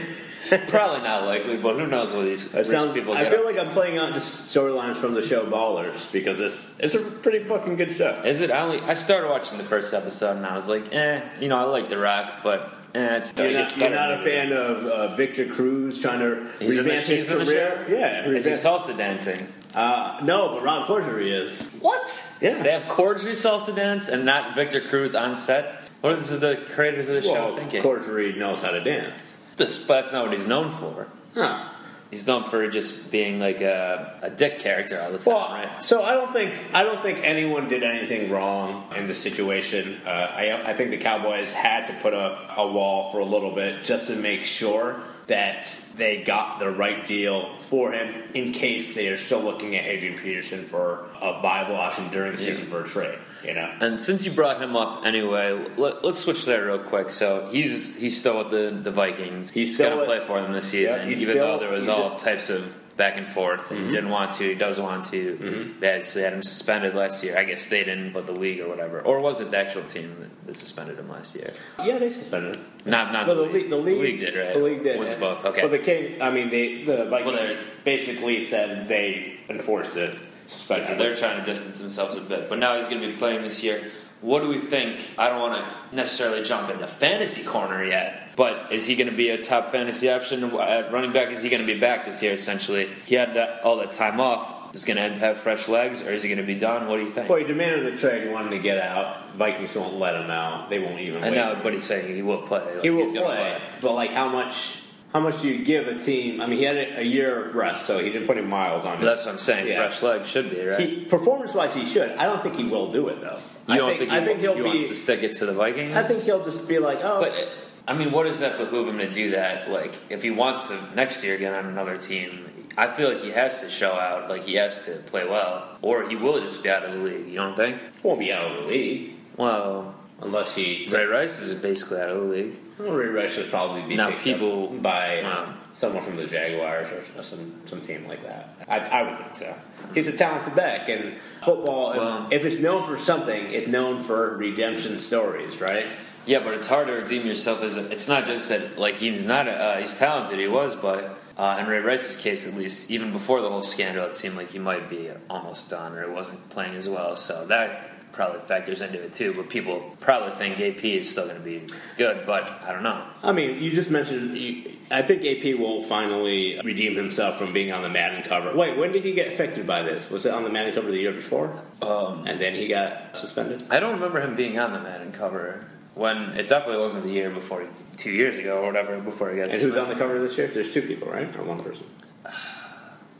[SPEAKER 4] Probably not likely, but who knows what these
[SPEAKER 5] It
[SPEAKER 4] rich
[SPEAKER 5] sounds-
[SPEAKER 4] people
[SPEAKER 5] I
[SPEAKER 4] get.
[SPEAKER 5] feel
[SPEAKER 4] up
[SPEAKER 5] like I'm playing out just storylines from the show Ballers because it's it's a pretty fucking good show.
[SPEAKER 4] to. Is it? I only I started watching the first episode and I was like, eh, you know, I like The Rock, but eh, it's
[SPEAKER 5] You're
[SPEAKER 4] it
[SPEAKER 5] not,
[SPEAKER 4] gets
[SPEAKER 5] you're
[SPEAKER 4] better
[SPEAKER 5] not a
[SPEAKER 4] than it
[SPEAKER 5] fan of uh, Victor Cruz trying to
[SPEAKER 4] He's in the-
[SPEAKER 5] revamp his
[SPEAKER 4] he's in the
[SPEAKER 5] career.
[SPEAKER 4] show?
[SPEAKER 5] yeah,
[SPEAKER 4] is. Is he
[SPEAKER 5] revamp-
[SPEAKER 4] salsa dancing?
[SPEAKER 5] uh, no, but Ron Corddry is.
[SPEAKER 4] What?
[SPEAKER 5] Yeah.
[SPEAKER 4] They have Cordry salsa dance and not Victor Cruz on set. What are the creators of the show
[SPEAKER 5] Well,
[SPEAKER 4] thinking?
[SPEAKER 5] Corddry knows how to dance.
[SPEAKER 4] This- but that's not what he's known for.
[SPEAKER 5] Huh.
[SPEAKER 4] He's known for just being like a, a dick character all the time,
[SPEAKER 5] Well,
[SPEAKER 4] right?
[SPEAKER 5] so I don't think I don't think anyone did anything wrong in this situation. Uh, I, I think the Cowboys had to put up a wall for a little bit just to make sure that they got the right deal for him in case they are still looking at Adrian Peterson for a viable option during the season for a trade. You know,
[SPEAKER 4] And since you brought him up anyway, let, let's switch there real quick. So he's he's still with the, the Vikings.
[SPEAKER 5] He's
[SPEAKER 4] going
[SPEAKER 5] still
[SPEAKER 4] to
[SPEAKER 5] with-
[SPEAKER 4] play for them this season,
[SPEAKER 5] Yeah,
[SPEAKER 4] even
[SPEAKER 5] he's still-
[SPEAKER 4] though there was
[SPEAKER 5] he's- Mm-hmm.
[SPEAKER 4] all types of back and forth. He didn't want to, he does want to. They actually had him suspended last year. I guess they didn't, but the league or whatever. Or was it the actual team that, that suspended him last year?
[SPEAKER 5] yeah, they suspended him.
[SPEAKER 4] Not not
[SPEAKER 5] No,
[SPEAKER 4] the,
[SPEAKER 5] the league, the league,
[SPEAKER 4] did right.
[SPEAKER 5] The league did.
[SPEAKER 4] was
[SPEAKER 5] yeah.
[SPEAKER 4] above. Okay,
[SPEAKER 5] But the king, I mean, they, the Vikings
[SPEAKER 4] they're-
[SPEAKER 5] basically said they enforced it.
[SPEAKER 4] Yeah,
[SPEAKER 5] Suspension.
[SPEAKER 4] they're trying to distance themselves a bit. But now he's going to be playing this year. What do we think? I don't want to necessarily jump into fantasy corner yet, but is he going to be a top fantasy option at running back? Is he going to be back this year? Essentially, he had that all that time off. Is he going to have fresh legs, or is he going to be done? What do you think?
[SPEAKER 5] Well, he demanded a trade. He wanted to get out. Vikings won't let him out. They won't even.
[SPEAKER 4] I
[SPEAKER 5] wait.
[SPEAKER 4] know, but he's saying he will play. Like,
[SPEAKER 5] he will
[SPEAKER 4] he's gonna
[SPEAKER 5] play, but like how much? How much do you give a team? I mean, he had a, a year of rest, so he didn't put any miles on.
[SPEAKER 4] But that's what I'm saying.
[SPEAKER 5] Yeah.
[SPEAKER 4] Fresh legs should be right.
[SPEAKER 5] He, performance-wise, he should. I don't think he will do it though.
[SPEAKER 4] you
[SPEAKER 5] I
[SPEAKER 4] don't
[SPEAKER 5] think,
[SPEAKER 4] think,
[SPEAKER 5] I think
[SPEAKER 4] he,
[SPEAKER 5] he'll
[SPEAKER 4] he
[SPEAKER 5] be.
[SPEAKER 4] wants to stick it to the Vikings?
[SPEAKER 5] I think he'll just be like, oh,
[SPEAKER 4] But uh, I mean, what does that behoove him to do that? Like, if he wants to next year get on another team, I feel like he has to show out. Like, he has to play well, or he will just be out of the league. You don't think?
[SPEAKER 5] won't be out of the league
[SPEAKER 4] Well,
[SPEAKER 5] unless he.
[SPEAKER 4] Ray Rice is basically out of the league.
[SPEAKER 5] Ray Rice should probably be
[SPEAKER 4] Now
[SPEAKER 5] picked up
[SPEAKER 4] people-
[SPEAKER 5] by um,
[SPEAKER 4] Wow.
[SPEAKER 5] someone from the Jaguars or some some team like that. I, I would think so. He's a talented back, and football. if-
[SPEAKER 4] Well-
[SPEAKER 5] if it's known for something, it's known for redemption stories, right?
[SPEAKER 4] Yeah, but it's hard to redeem yourself. As a, it's not just that like he's not a, uh, he's talented. He was, but uh, in Ray Rice's case, at least, even before the whole scandal, it seemed like he might be almost done or wasn't playing as well. So that probably factors into it too. But people probably think AP is still going to be good, but I don't know.
[SPEAKER 5] I mean, you just mentioned. You, I think AP will finally redeem himself from being on the Madden cover. Wait, when did he get affected by this? Was it on the Madden cover the year before?
[SPEAKER 4] Um,
[SPEAKER 5] and then he got suspended.
[SPEAKER 4] I don't remember him being on the Madden cover when it definitely wasn't the year before, he- two years ago or whatever before he got.
[SPEAKER 5] And who's
[SPEAKER 4] suspended.
[SPEAKER 5] on the cover this year? There's two people, right, or one person?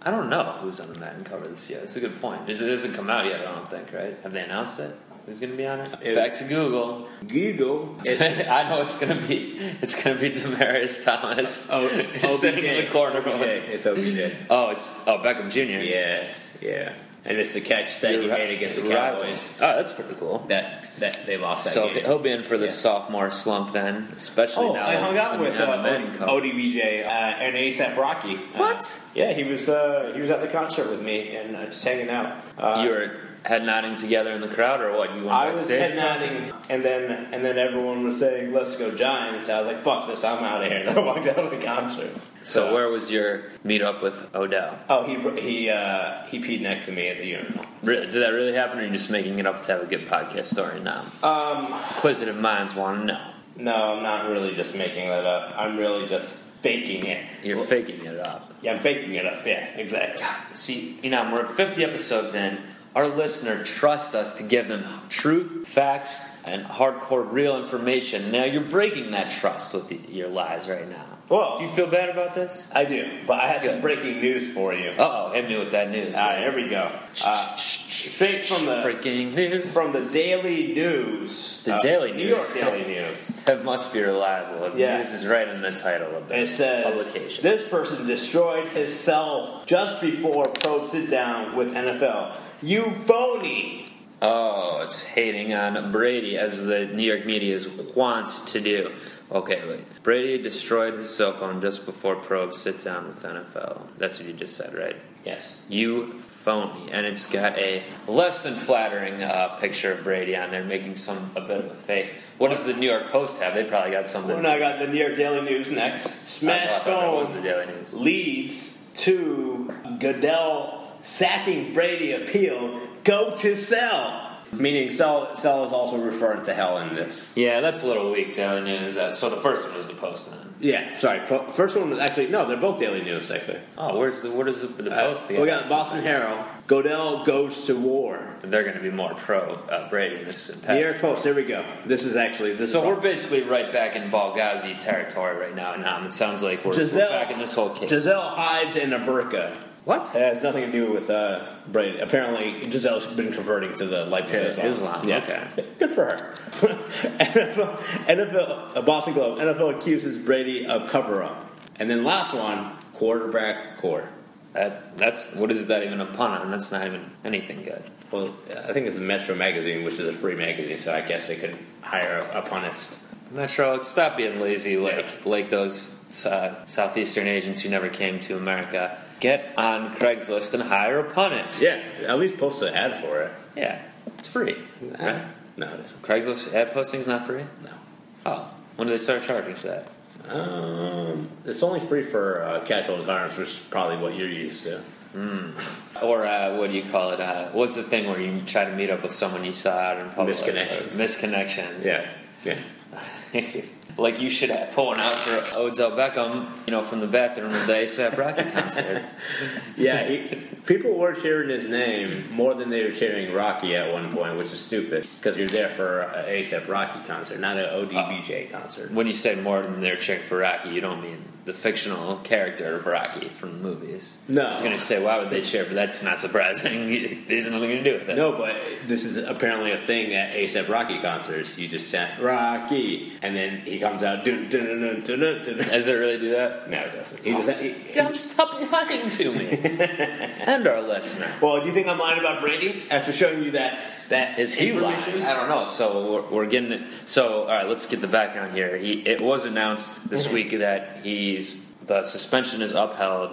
[SPEAKER 4] I don't know who's on the Madden cover this year. That's a good point. It it doesn't come out yet, I don't think, right? Have they announced it? Who's going to be on it?
[SPEAKER 5] It-
[SPEAKER 4] Back to Google.
[SPEAKER 5] Google.
[SPEAKER 4] <laughs> I know it's going to be. It's going to be Damaris Thomas. <laughs>
[SPEAKER 5] <laughs> Oh,
[SPEAKER 4] He's sitting in the corner.
[SPEAKER 5] OBJ.
[SPEAKER 4] <laughs>
[SPEAKER 5] It's OBJ.
[SPEAKER 4] Oh, it's oh Beckham Jr.
[SPEAKER 5] Yeah, yeah. And it's the catch that
[SPEAKER 4] Your
[SPEAKER 5] he
[SPEAKER 4] ri-
[SPEAKER 5] made against the
[SPEAKER 4] your rival.
[SPEAKER 5] Cowboys
[SPEAKER 4] Oh, that's pretty cool.
[SPEAKER 5] that that they lost that
[SPEAKER 4] So
[SPEAKER 5] game.
[SPEAKER 4] he'll be in for the
[SPEAKER 5] Yeah.
[SPEAKER 4] sophomore slump then, especially
[SPEAKER 5] Oh,
[SPEAKER 4] now.
[SPEAKER 5] I
[SPEAKER 4] that
[SPEAKER 5] hung
[SPEAKER 4] it's
[SPEAKER 5] out
[SPEAKER 4] the
[SPEAKER 5] with
[SPEAKER 4] Madden
[SPEAKER 5] uh,
[SPEAKER 4] Madden
[SPEAKER 5] Od-
[SPEAKER 4] cover.
[SPEAKER 5] ODBJ uh, and ASAP Rocky.
[SPEAKER 4] What?
[SPEAKER 5] Uh, yeah, he was uh, he was at the concert with me and uh, just hanging out. Uh,
[SPEAKER 4] you were head nodding together in the crowd, or what? You went
[SPEAKER 5] I was
[SPEAKER 4] backstage?
[SPEAKER 5] head nodding, and then and then everyone was saying, "Let's go Giants." I was like, "Fuck this! I'm out of here." <laughs> And I walked out of the concert.
[SPEAKER 4] So where was your meetup with Odell?
[SPEAKER 5] Oh, he he uh, he peed next to me at the urinal.
[SPEAKER 4] Really, did that really happen, or are you just making it up to have a good podcast story now?
[SPEAKER 5] Um,
[SPEAKER 4] Inquisitive minds want to know.
[SPEAKER 5] no, I'm not really just making that up. I'm really just faking it.
[SPEAKER 4] You're faking it up.
[SPEAKER 5] Yeah, I'm faking it up. Yeah, exactly.
[SPEAKER 4] See, you know, we're 50 episodes in. Our listener trusts us to give them truth, facts, and hardcore real information. Now you're breaking that trust with the, your lies right now.
[SPEAKER 5] Well-
[SPEAKER 4] do you feel bad about this?
[SPEAKER 5] I do, but I have some breaking news for you.
[SPEAKER 4] Uh oh, hit me with that news.
[SPEAKER 5] All right,
[SPEAKER 4] man.
[SPEAKER 5] here we go. Uh, straight from the
[SPEAKER 4] Breaking news.
[SPEAKER 5] from the Daily News.
[SPEAKER 4] The
[SPEAKER 5] Uh,
[SPEAKER 4] Daily
[SPEAKER 5] New York
[SPEAKER 4] News.
[SPEAKER 5] Daily News.
[SPEAKER 4] That must be reliable. The
[SPEAKER 5] Yeah.
[SPEAKER 4] News is right in the title of the <laughs>
[SPEAKER 5] It says
[SPEAKER 4] publication.
[SPEAKER 5] this person destroyed his cell just before probe sit down with NFL. You phony.
[SPEAKER 4] Oh, it's hating on Brady as the New York media is wont to do. Okay, wait. Brady destroyed his cell phone just before probe sit down with NFL. That's what you just said, right?
[SPEAKER 5] Yes.
[SPEAKER 4] You phony, and it's got a less than flattering uh, picture of Brady on there, making some a bit of a face. What does the New York Post have? They probably got something.
[SPEAKER 5] Well, now I got the New York Daily News next.
[SPEAKER 4] I
[SPEAKER 5] Smash
[SPEAKER 4] thought that was the
[SPEAKER 5] phone
[SPEAKER 4] Daily News.
[SPEAKER 5] leads to Goodell sacking Brady appeal. Go to cell. Meaning, Cell Cell is also referring to hell in this.
[SPEAKER 4] Yeah, that's a little weak. Daily news. Uh, so the first one was the post then.
[SPEAKER 5] Yeah, sorry. Po- first one was actually no. They're both daily news actually.
[SPEAKER 4] Oh, where's the what is the, the
[SPEAKER 5] Uh,
[SPEAKER 4] post?
[SPEAKER 5] we got Boston Herald. Godell goes to war.
[SPEAKER 4] They're going to be more pro uh, Brady this and
[SPEAKER 5] The Air Post. There we go. This is actually this.
[SPEAKER 4] So
[SPEAKER 5] is
[SPEAKER 4] we're basically right back in Balghazi territory right now, and um, it sounds like we're, we're
[SPEAKER 5] Giselle-
[SPEAKER 4] back in this whole case.
[SPEAKER 5] Giselle hides in a burqa.
[SPEAKER 4] what?
[SPEAKER 5] It has nothing to do with uh, Brady. Apparently, Giselle's been converting to the life
[SPEAKER 4] To
[SPEAKER 5] of Islam.
[SPEAKER 4] Islam,
[SPEAKER 5] Yeah. Good for her. <laughs> NFL, NFL, uh, Boston Globe, NFL accuses Brady of cover up. And then last one, quarterback core.
[SPEAKER 4] That that's what is that even a pun on? That's not even anything good.
[SPEAKER 5] Well, I think it's Metro Magazine, which is a free magazine, so I guess they could hire a punist.
[SPEAKER 4] Metro, stop being lazy like like those uh, southeastern Asians who never came to America. Get on Craigslist and hire a punnist.
[SPEAKER 5] Yeah, at least post an ad for it.
[SPEAKER 4] yeah, it's free. Right?
[SPEAKER 5] No, it isn't.
[SPEAKER 4] Craigslist ad posting's not free.
[SPEAKER 5] No.
[SPEAKER 4] Oh, when do they start charging for that?
[SPEAKER 5] Um, it's only free for uh, casual environments, which is probably what you're used to.
[SPEAKER 4] Or uh, what do you call it? Uh, what's the thing where you try to meet up with someone you saw out in public?
[SPEAKER 5] Misconnections.
[SPEAKER 4] Or misconnections.
[SPEAKER 5] Yeah, yeah.
[SPEAKER 4] <laughs> like you should have pulling out for Odell Beckham, you know, from the bathroom the day at Rocky
[SPEAKER 5] <laughs>
[SPEAKER 4] concert.
[SPEAKER 5] Yeah, he, people were cheering his name more than they were cheering Rocky at one point, which is stupid because you're there for an ASAP Rocky concert, not an ODBJ concert.
[SPEAKER 4] When you say more than they're cheering for Rocky, you don't mean the fictional character of Rocky from the movies.
[SPEAKER 5] No.
[SPEAKER 4] I was going to say, why would they cheer? But that's not surprising. <laughs> There's nothing to do with it.
[SPEAKER 5] No, but this is apparently a thing at ASAP Rocky concerts. You just chant Rocky, and then he comes out. Dun, dun, dun, dun, dun, dun, dun.
[SPEAKER 4] Does it really do that?
[SPEAKER 5] <laughs> No, it doesn't. He
[SPEAKER 4] Oh,
[SPEAKER 5] just, he,
[SPEAKER 4] s- don't stop lying to me and our listener.
[SPEAKER 5] <laughs> well, do you think I'm lying about Brady after showing you that? That
[SPEAKER 4] Is he
[SPEAKER 5] information?
[SPEAKER 4] lying? I don't know. So we're, we're getting it. So all right, let's get the background here. He, it was announced this week that he's the suspension is upheld.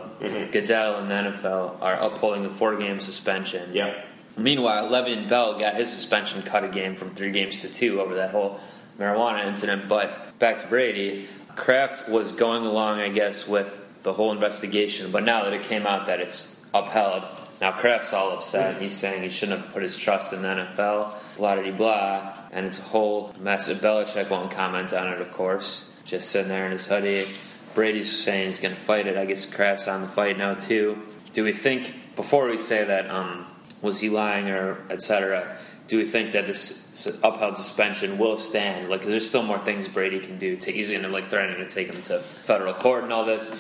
[SPEAKER 4] Goodell and the NFL are upholding the four game suspension.
[SPEAKER 5] Yep.
[SPEAKER 4] Meanwhile, Le'Veon Bell got his suspension cut a game from three games to two over that whole marijuana incident. But back to Brady, Kraft was going along, I guess, with the whole investigation. But now that it came out that it's upheld, now Kraft's all upset. He's saying he shouldn't have put his trust in the NFL, blah de blah. And it's a whole mess. Belichick won't comment on it, of course. Just sitting there in his hoodie. Brady's saying he's going to fight it. I guess Kraft's on the fight now, too. Do we think, before we say that, um, was he lying or etc. Do we think that this s- upheld suspension will stand? Like, 'cause there's still more things Brady can do. To, he's going to like threatening to take him to federal court and all this.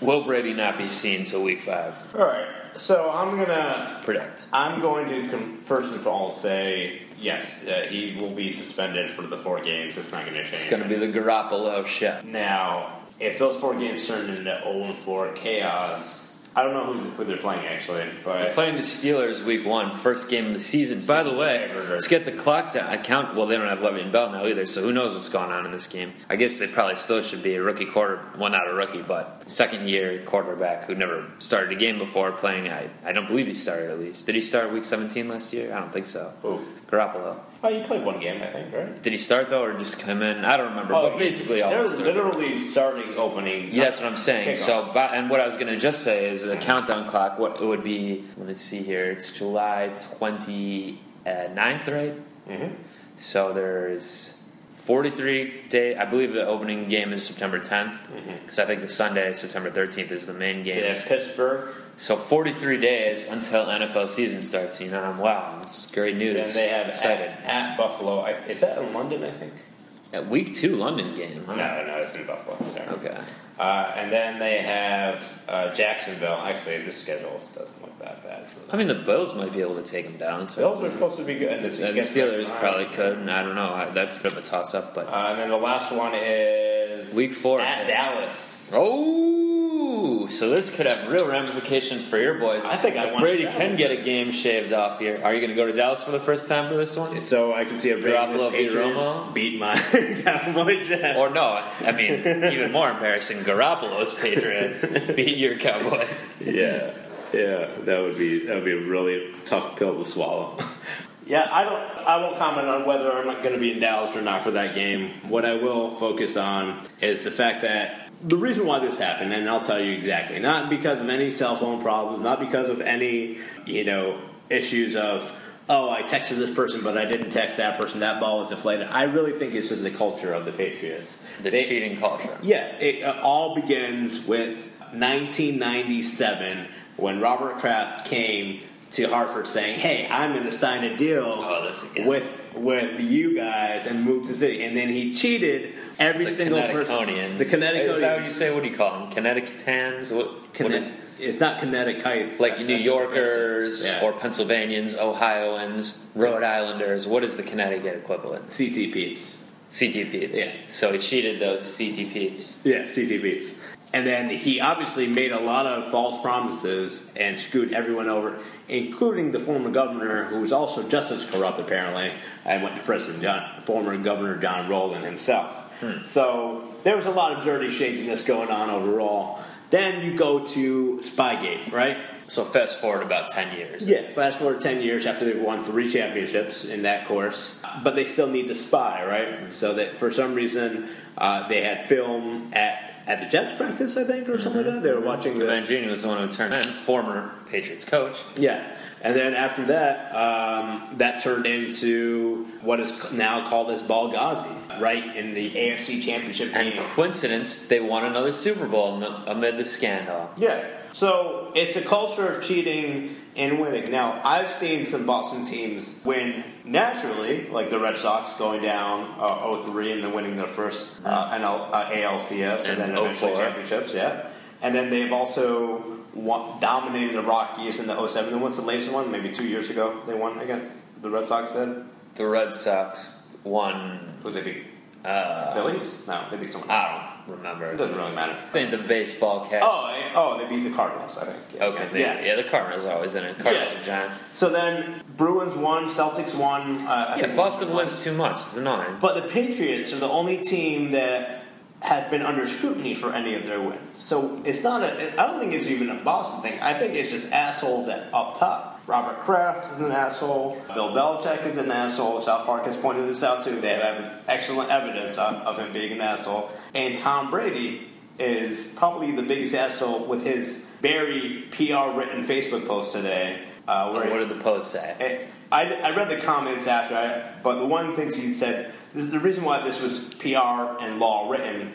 [SPEAKER 4] Will Brady not be seen till week five?
[SPEAKER 5] All right, so I'm gonna
[SPEAKER 4] Predict.
[SPEAKER 5] I'm going to com- first and all say yes, uh, he will be suspended for the four games. It's not going to change.
[SPEAKER 4] It's going to be the Garoppolo show.
[SPEAKER 5] now, if those four games turn into 0 and 4 chaos, I don't know who, who they're playing actually,
[SPEAKER 4] We're
[SPEAKER 5] but
[SPEAKER 4] playing the Steelers week one, first game of the season. By the way, let's get the clock down. I count. Well, they don't have Le'Veon Bell now either, so who knows what's going on in this game? I guess they probably still should be a rookie quarter. Well, not a rookie, but second year quarterback who never started a game before playing. I, I don't believe he started at least. Did he start week 17 last year? I don't think so.
[SPEAKER 5] Who?
[SPEAKER 4] Garoppolo.
[SPEAKER 5] oh, you played one game, I think, right?
[SPEAKER 4] Did he start though, or just come in? I don't remember.
[SPEAKER 5] Oh,
[SPEAKER 4] but Oh, basically, all
[SPEAKER 5] they're
[SPEAKER 4] the starters.
[SPEAKER 5] literally starting opening.
[SPEAKER 4] Yeah, that's what I'm saying.
[SPEAKER 5] Kickoff.
[SPEAKER 4] So, but, and what I was going to just say is the countdown clock. What it would be? Let me see here. It's July 29th, right? Mm-hmm. So there's 43 day. I believe the opening game is September 10th because I think the Sunday, September 13th, is the main game.
[SPEAKER 5] Mm-hmm. Yeah, Pittsburgh.
[SPEAKER 4] So 43 days until NFL season starts. You know, I'm wow, it's great news.
[SPEAKER 5] Then they have at,
[SPEAKER 4] excited
[SPEAKER 5] at Buffalo. I, is that in London? I think.
[SPEAKER 4] at week two London game. Huh?
[SPEAKER 5] No, no, it's in Buffalo. Sorry.
[SPEAKER 4] Okay.
[SPEAKER 5] Uh, and then they have uh, Jacksonville. Actually, this schedule doesn't look that bad for them.
[SPEAKER 4] I mean, the Bills might be able to take them down. So
[SPEAKER 5] Bills are supposed to be good. And this
[SPEAKER 4] The
[SPEAKER 5] against
[SPEAKER 4] Steelers
[SPEAKER 5] Carolina.
[SPEAKER 4] probably could, and I don't know. I, that's sort of a toss up, but
[SPEAKER 5] Uh, and then the last one is
[SPEAKER 4] Week four.
[SPEAKER 5] at Dallas.
[SPEAKER 4] oh, so this could have real ramifications for your boys.
[SPEAKER 5] I think I
[SPEAKER 4] if
[SPEAKER 5] want
[SPEAKER 4] Brady
[SPEAKER 5] Dallas.
[SPEAKER 4] can get a game shaved off here. Are you going to go to Dallas for the first time for this one,
[SPEAKER 5] So I can see a
[SPEAKER 4] Garoppolo beat
[SPEAKER 5] Patriots
[SPEAKER 4] Romo?
[SPEAKER 5] beat my <laughs> Cowboys.
[SPEAKER 4] or no? I mean,
[SPEAKER 5] <laughs>
[SPEAKER 4] even more embarrassing, Garoppolo's Patriots beat your Cowboys.
[SPEAKER 5] <laughs> yeah, yeah, that would be that would be a really tough pill to swallow. <laughs> yeah, I don't. I won't comment on whether I'm not going to be in Dallas or not for that game. What I will focus on is the fact that the reason why this happened, and I'll tell you exactly, not because of any cell phone problems, not because of any you know issues of oh, I texted this person, but I didn't text that person. That ball was deflated. I really think it's just the culture of the Patriots.
[SPEAKER 4] The
[SPEAKER 5] They-
[SPEAKER 4] cheating culture.
[SPEAKER 5] Yeah, it uh, all begins with 1997 when Robert Kraft came to Hartford saying, "Hey, I'm going to sign a deal
[SPEAKER 4] Oh, this- yeah.
[SPEAKER 5] with with you guys and move to the city." And then he cheated every
[SPEAKER 4] The
[SPEAKER 5] single person.
[SPEAKER 4] Connecticutians.
[SPEAKER 5] The
[SPEAKER 4] Is that what
[SPEAKER 5] Connecticutians.
[SPEAKER 4] you say? What do you call them? Connecticutans? What, what
[SPEAKER 5] Conne-
[SPEAKER 4] is,
[SPEAKER 5] it's not Connecticutites.
[SPEAKER 4] like New
[SPEAKER 5] That's just offensive.
[SPEAKER 4] Yorkers
[SPEAKER 5] Yeah.
[SPEAKER 4] or Pennsylvanians, Ohioans, Rhode Islanders. What is the Connecticut equivalent?
[SPEAKER 5] CT peeps.
[SPEAKER 4] CT peeps.
[SPEAKER 5] Yeah.
[SPEAKER 4] So he cheated those CT peeps.
[SPEAKER 5] Yeah, CT Beeps. And then he obviously made a lot of false promises and screwed everyone over, including the former governor, who was also just as corrupt apparently, and went to prison, John, former governor John Rowland himself. So there was a lot of dirty shakiness going on overall. Then you go to Spygate, right?
[SPEAKER 4] So fast forward about 10 years.
[SPEAKER 5] Yeah, fast forward 10 years after they've won three championships in that course, but they still need to spy, right? So that for some reason uh, they had film at, at the Jets practice, I think, or something like that. They were watching the.
[SPEAKER 4] Mangini was the one who turned in, former Patriots coach.
[SPEAKER 5] Yeah. And then after that, um, that turned into what is now called as Balgazi, right? In the AFC Championship
[SPEAKER 4] And
[SPEAKER 5] game. coincidence,
[SPEAKER 4] coincidence, they won another Super Bowl am- amid the scandal.
[SPEAKER 5] Yeah. So it's a culture of cheating and winning. Now, I've seen some Boston teams win naturally, like the Red Sox going down uh, 03 and then winning their first uh, NL, uh, ALCS and,
[SPEAKER 4] And
[SPEAKER 5] then eventually
[SPEAKER 4] 04.
[SPEAKER 5] championships, yeah. And then they've also won, dominated the Rockies in the 07. Then what's the latest one? Maybe two years ago they won against the Red Sox then?
[SPEAKER 4] The Red Sox won.
[SPEAKER 5] Who'd they beat? Uh, Phillies? No, they beat someone else.
[SPEAKER 4] I don't remember.
[SPEAKER 5] It doesn't really matter.
[SPEAKER 4] I think the baseball cast.
[SPEAKER 5] Oh, eh, oh, they beat the Cardinals, I think. Yeah,
[SPEAKER 4] Okay, maybe. Yeah. the Cardinals are always in it. Cardinals
[SPEAKER 5] Yeah.
[SPEAKER 4] and Giants.
[SPEAKER 5] So then Bruins won, Celtics won. Uh, I
[SPEAKER 4] Yeah,
[SPEAKER 5] think-
[SPEAKER 4] Boston wins too much. It's annoying.
[SPEAKER 5] But the Patriots are the only team that have been under scrutiny for any of their wins. So it's not a. I don't think it's even a Boston thing. I think it's just assholes at up top. Robert Kraft is an asshole. Bill Belichick is an asshole. South Park has pointed this out too. They have excellent evidence of, of him being an asshole. And Tom Brady is probably the biggest asshole with his very PR written Facebook post today. Uh, where he-
[SPEAKER 4] Oh, What did the post say?
[SPEAKER 5] I, I read the comments after, I, but the one thing he said, this is the reason why this was PR and law written,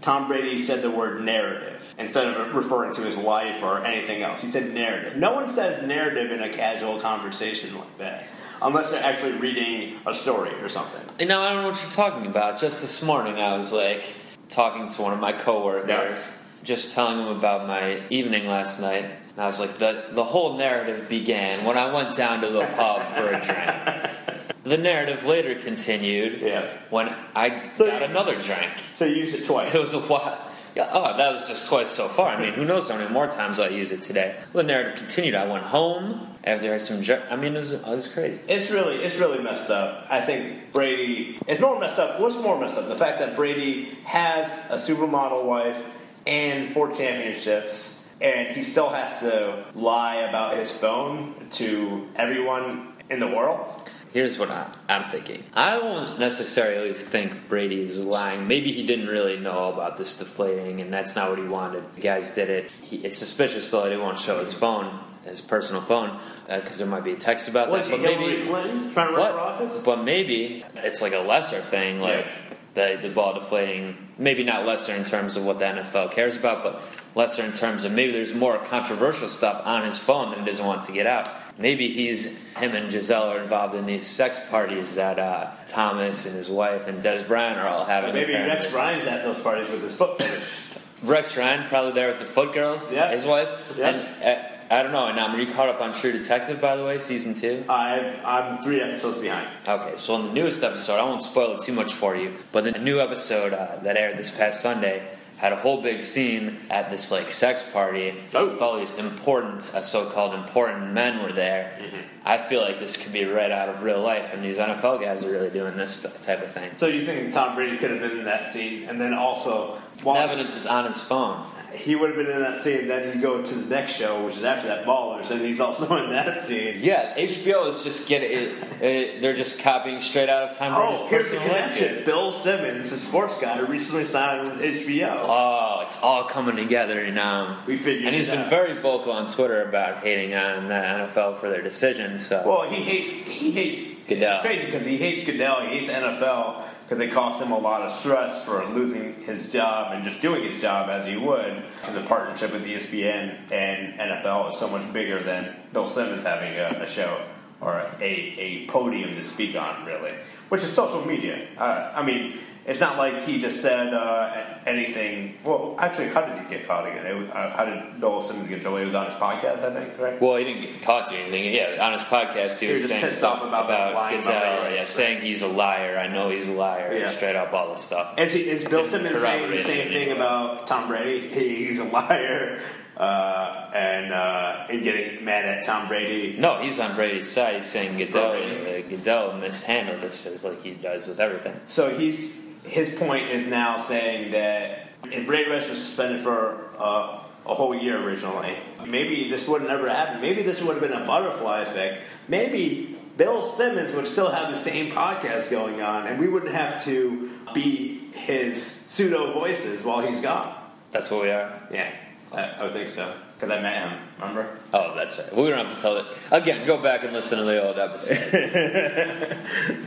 [SPEAKER 5] Tom Brady said the word narrative instead of referring to his life or anything else. He said narrative. No one says narrative in a casual conversation like that, unless they're actually reading a story or something.
[SPEAKER 4] You know, I don't know what you're talking about. Just this morning, I was like talking to one of my coworkers, just telling him about my evening last night. And I was like, the, the whole narrative began when I went down to the pub for a drink.
[SPEAKER 5] <laughs>
[SPEAKER 4] The narrative later continued
[SPEAKER 5] Yeah.
[SPEAKER 4] when I
[SPEAKER 5] So
[SPEAKER 4] got
[SPEAKER 5] you-
[SPEAKER 4] another drink.
[SPEAKER 5] So you use it twice.
[SPEAKER 4] It was a while. Yeah, oh, that was just twice so far. I mean, who knows how many more times I'll use it today. The narrative continued. I went home after I had some. Jer- I mean, it was, it was crazy.
[SPEAKER 5] It's really, it's really messed up. I think Brady. It's more messed up. What's more messed up? The fact that Brady has a supermodel wife and four championships, and he still has to lie about his phone to everyone in the world.
[SPEAKER 4] Here's what I, I'm thinking. I won't necessarily think Brady is lying. Maybe he didn't really know about this deflating, and that's not what he wanted. The guys did it. He, it's suspicious though that he won't show his phone, his personal phone, because there might be a text about that. But maybe,
[SPEAKER 5] Clinton trying to
[SPEAKER 4] but, but maybe it's like a lesser thing, like the the ball deflating. Maybe not lesser in terms of what the NFL cares about, but lesser in terms of maybe there's more controversial stuff on his phone that he doesn't want to get out. Maybe he's him and Giselle are involved in these sex parties that uh, Thomas and his wife and Des Bryant are all having.
[SPEAKER 5] Maybe
[SPEAKER 4] apparently.
[SPEAKER 5] Rex Ryan's at those parties with his foot fetish.
[SPEAKER 4] Rex Ryan probably there with the Foot Girls,
[SPEAKER 5] Yeah.
[SPEAKER 4] his wife,
[SPEAKER 5] Yeah.
[SPEAKER 4] and. Uh, I don't know. And now, are you caught up on True Detective, by the way, season two?
[SPEAKER 5] I, I'm three episodes behind.
[SPEAKER 4] Okay, so on the newest episode, I won't spoil it too much for you, but the new episode uh, that aired this past Sunday had a whole big scene at this like sex party.
[SPEAKER 5] Oh.
[SPEAKER 4] With all these important, uh, so-called important men were there.
[SPEAKER 5] Mm-hmm.
[SPEAKER 4] I feel like this could be right out of real life, and these NFL guys are really doing this th- type of thing.
[SPEAKER 5] So you think Tom Brady could have been in that scene, and then also
[SPEAKER 4] The
[SPEAKER 5] while
[SPEAKER 4] evidence is on his phone.
[SPEAKER 5] He would have been in that scene. Then you go to the next show, which is after that Ballers, and he's also <laughs> in that scene.
[SPEAKER 4] Yeah, HBO is just getting it, it- They're just copying straight out of time.
[SPEAKER 5] Oh, here's the
[SPEAKER 4] personal life.
[SPEAKER 5] connection. Bill Simmons, the sports guy, recently signed with HBO.
[SPEAKER 4] Oh it's all coming together, and um,
[SPEAKER 5] We figured
[SPEAKER 4] And he's
[SPEAKER 5] it
[SPEAKER 4] been
[SPEAKER 5] out.
[SPEAKER 4] very vocal on Twitter about hating on the NFL for their decisions. So
[SPEAKER 5] Well, he hates he hates
[SPEAKER 4] Goodell.
[SPEAKER 5] It's crazy because he hates Goodell. He hates NFL because it costs him a lot of stress for losing his job and just doing his job as he would. Because the partnership with E ESPN and NFL is so much bigger than Bill Simmons having a, a show or a, a podium to speak on, really, which is social media. Uh, I mean. It's not like he just said uh, anything. Well, actually, how did he get caught again? It was, uh, how did Bill Simmons get Joey? It was on his podcast, I think, right?
[SPEAKER 4] Well, he didn't get caught doing anything. Yeah, on his podcast, he,
[SPEAKER 5] He was
[SPEAKER 4] was
[SPEAKER 5] just
[SPEAKER 4] saying
[SPEAKER 5] pissed
[SPEAKER 4] stuff
[SPEAKER 5] off about that lying about
[SPEAKER 4] Goodell,
[SPEAKER 5] the
[SPEAKER 4] yeah,
[SPEAKER 5] race.
[SPEAKER 4] saying he's a liar. I know he's a liar.
[SPEAKER 5] Yeah.
[SPEAKER 4] Straight up, all this stuff.
[SPEAKER 5] Is, he, is Bill
[SPEAKER 4] Didn't
[SPEAKER 5] Simmons saying the
[SPEAKER 4] corroborate
[SPEAKER 5] same
[SPEAKER 4] it
[SPEAKER 5] thing
[SPEAKER 4] anyway.
[SPEAKER 5] about Tom Brady? <laughs> He, he's a liar, uh, and uh, and getting mad at Tom Brady.
[SPEAKER 4] No, he's on Brady's side. He's saying Goodell,
[SPEAKER 5] Right.
[SPEAKER 4] uh, Goodell mishandled this as like he does with everything.
[SPEAKER 5] So he's his point is now saying that if Brady Rush was suspended for uh, a whole year originally, maybe this would never happen. Maybe this would have been a butterfly effect. Maybe Bill Simmons would still have the same podcast going on, and we wouldn't have to be his pseudo voices while he's gone.
[SPEAKER 4] That's what we are.
[SPEAKER 5] Yeah, I, I would think so. Because I met him, remember?
[SPEAKER 4] Oh, that's right. We don't have to tell it again. Go back and listen to the old
[SPEAKER 5] <laughs>
[SPEAKER 4] episode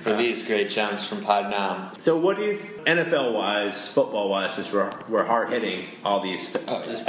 [SPEAKER 4] for these great gems from Pod Nom.
[SPEAKER 5] So, what is NFL wise, football wise, since we're, we're hard hitting all these these points,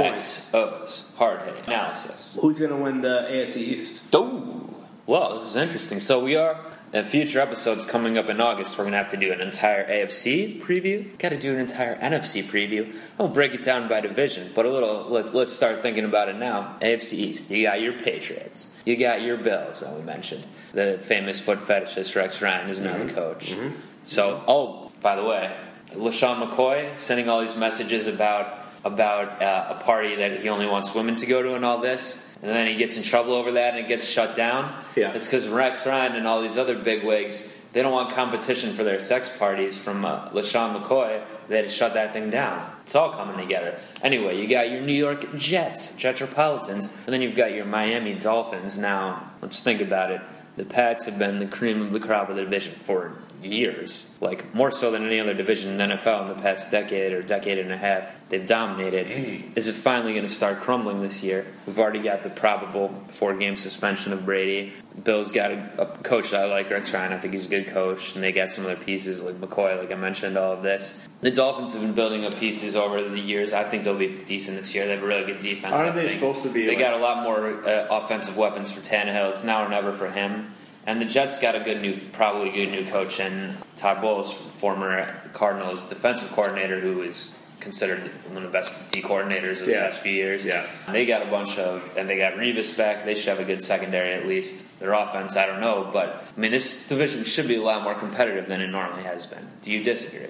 [SPEAKER 4] X O's hard hitting analysis.
[SPEAKER 5] who's going to win the AFC East?
[SPEAKER 4] Ooh. Well, this is interesting. So we are in future episodes coming up in August. We're gonna have to do an entire AFC preview. Got to do an entire NFC preview. I'll break it down by division, but a little. Let, let's start thinking about it now. AFC East. You got your Patriots. You got your Bills that we mentioned. The famous foot fetishist Rex Ryan is now the coach. So, oh, by the way, LaShawn McCoy sending all these messages about about uh, a party that he only wants women to go to and all this, and then he gets in trouble over that and it gets shut down.
[SPEAKER 5] Yeah.
[SPEAKER 4] it's because Rex Ryan and all these other bigwigs they don't want competition for their sex parties from uh, LaShawn McCoy. They had to shut that thing down. It's all coming together. Anyway, you got your New York Jets, Jetropolitans, and then you've got your Miami Dolphins. Now, let's think about it. The Pats have been the cream of the crop of the division for years, like more so than any other division in the NFL in the past decade or decade and a half. They've dominated. Is it finally going to start crumbling this year? We've already got the probable four game suspension of Brady. Bill's got a, a coach that I like, Rex Ryan. I think he's a good coach, and they got some other pieces like McCoy, like I mentioned, all of this. The Dolphins have been building up pieces over the years. I think they'll be decent this year. They have a really good defense.
[SPEAKER 5] Aren't
[SPEAKER 4] I
[SPEAKER 5] they
[SPEAKER 4] think.
[SPEAKER 5] supposed to be,
[SPEAKER 4] They
[SPEAKER 5] like-
[SPEAKER 4] got a lot more uh, offensive weapons for Tannehill. It's now or never for him. And the Jets got a good new, probably good new coach in Todd Bowles, former Cardinals defensive coordinator, who is considered one of the best D coordinators of the
[SPEAKER 5] Yeah.
[SPEAKER 4] last few years.
[SPEAKER 5] Yeah.
[SPEAKER 4] They got a bunch of, and they got Revis back. They should have a good secondary at least. Their offense, I don't know, but I mean, this division should be a lot more competitive than it normally has been. Do you disagree?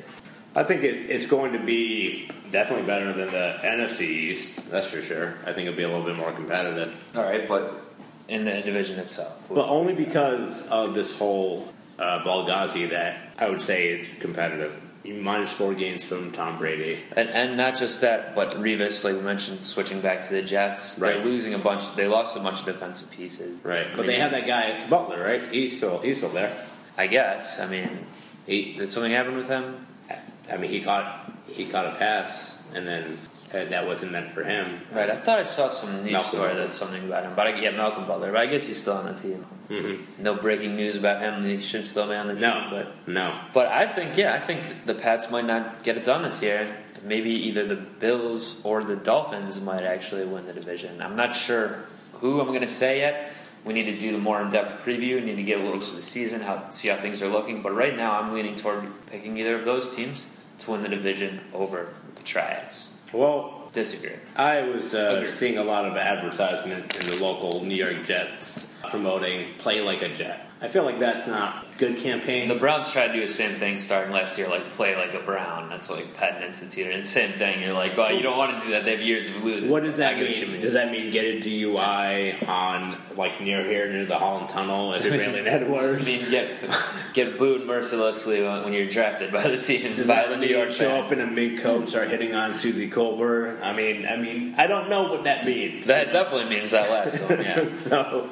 [SPEAKER 5] I think it, it's going to be definitely better than the NFC East, that's for sure. I think it'll be a little bit more competitive.
[SPEAKER 4] All right, but in the division itself,
[SPEAKER 5] But only because of this whole uh, Balgazi that I would say it's competitive. Minus four games from Tom Brady.
[SPEAKER 4] And, and not just that, but Revis, like we mentioned, switching back to the Jets,
[SPEAKER 5] Right.
[SPEAKER 4] they're losing a bunch. They lost a bunch of defensive pieces, I
[SPEAKER 5] But
[SPEAKER 4] mean,
[SPEAKER 5] they have that guy, Butler, right? He's still, he's still there.
[SPEAKER 4] I guess. I mean,
[SPEAKER 5] He,
[SPEAKER 4] did something happen with him?
[SPEAKER 5] I mean, he caught he caught a pass, and then uh, that wasn't meant for him.
[SPEAKER 4] Right. I thought I saw some news
[SPEAKER 5] Malcolm.
[SPEAKER 4] story that's something about him, but I, yeah, Malcolm Butler. But I guess he's still on the team. Mm-hmm. No breaking news about him. He should still be on the team,
[SPEAKER 5] No,
[SPEAKER 4] but.
[SPEAKER 5] no.
[SPEAKER 4] But I think, yeah, I think the Pats might not get it done this year. Maybe either the Bills or the Dolphins might actually win the division. I'm not sure who I'm going to say yet. We need to do the more in-depth preview. We need to get a little to the season, how see how things are looking. But right now, I'm leaning toward picking either of those teams to win the division over the Triads.
[SPEAKER 5] Well,
[SPEAKER 4] Disagree.
[SPEAKER 5] I was uh,
[SPEAKER 4] Agreed.
[SPEAKER 5] seeing a lot of advertisement in the local New York Jets promoting "Play Like a Jet." I feel like that's not good campaign.
[SPEAKER 4] The Browns tried to do the same thing starting last year, like play like a Brown. That's like Patton Institute. And same thing. You're like, well, you don't want to do that. They have years of losing.
[SPEAKER 5] what does
[SPEAKER 4] I
[SPEAKER 5] that
[SPEAKER 4] get you
[SPEAKER 5] mean? Does that mean get a DUI on like near here, near the Holland Tunnel,
[SPEAKER 4] <laughs>
[SPEAKER 5] as it really
[SPEAKER 4] I
[SPEAKER 5] Edwards?
[SPEAKER 4] mean, get get booed mercilessly when when you're drafted by the team.
[SPEAKER 5] Does
[SPEAKER 4] by
[SPEAKER 5] that
[SPEAKER 4] the
[SPEAKER 5] mean
[SPEAKER 4] New York
[SPEAKER 5] show
[SPEAKER 4] fans.
[SPEAKER 5] up in a mink coat, and start hitting on Susie Colbert? I mean, I mean, I don't know what that means.
[SPEAKER 4] That definitely
[SPEAKER 5] <laughs>
[SPEAKER 4] means that last one. Yeah,
[SPEAKER 5] so,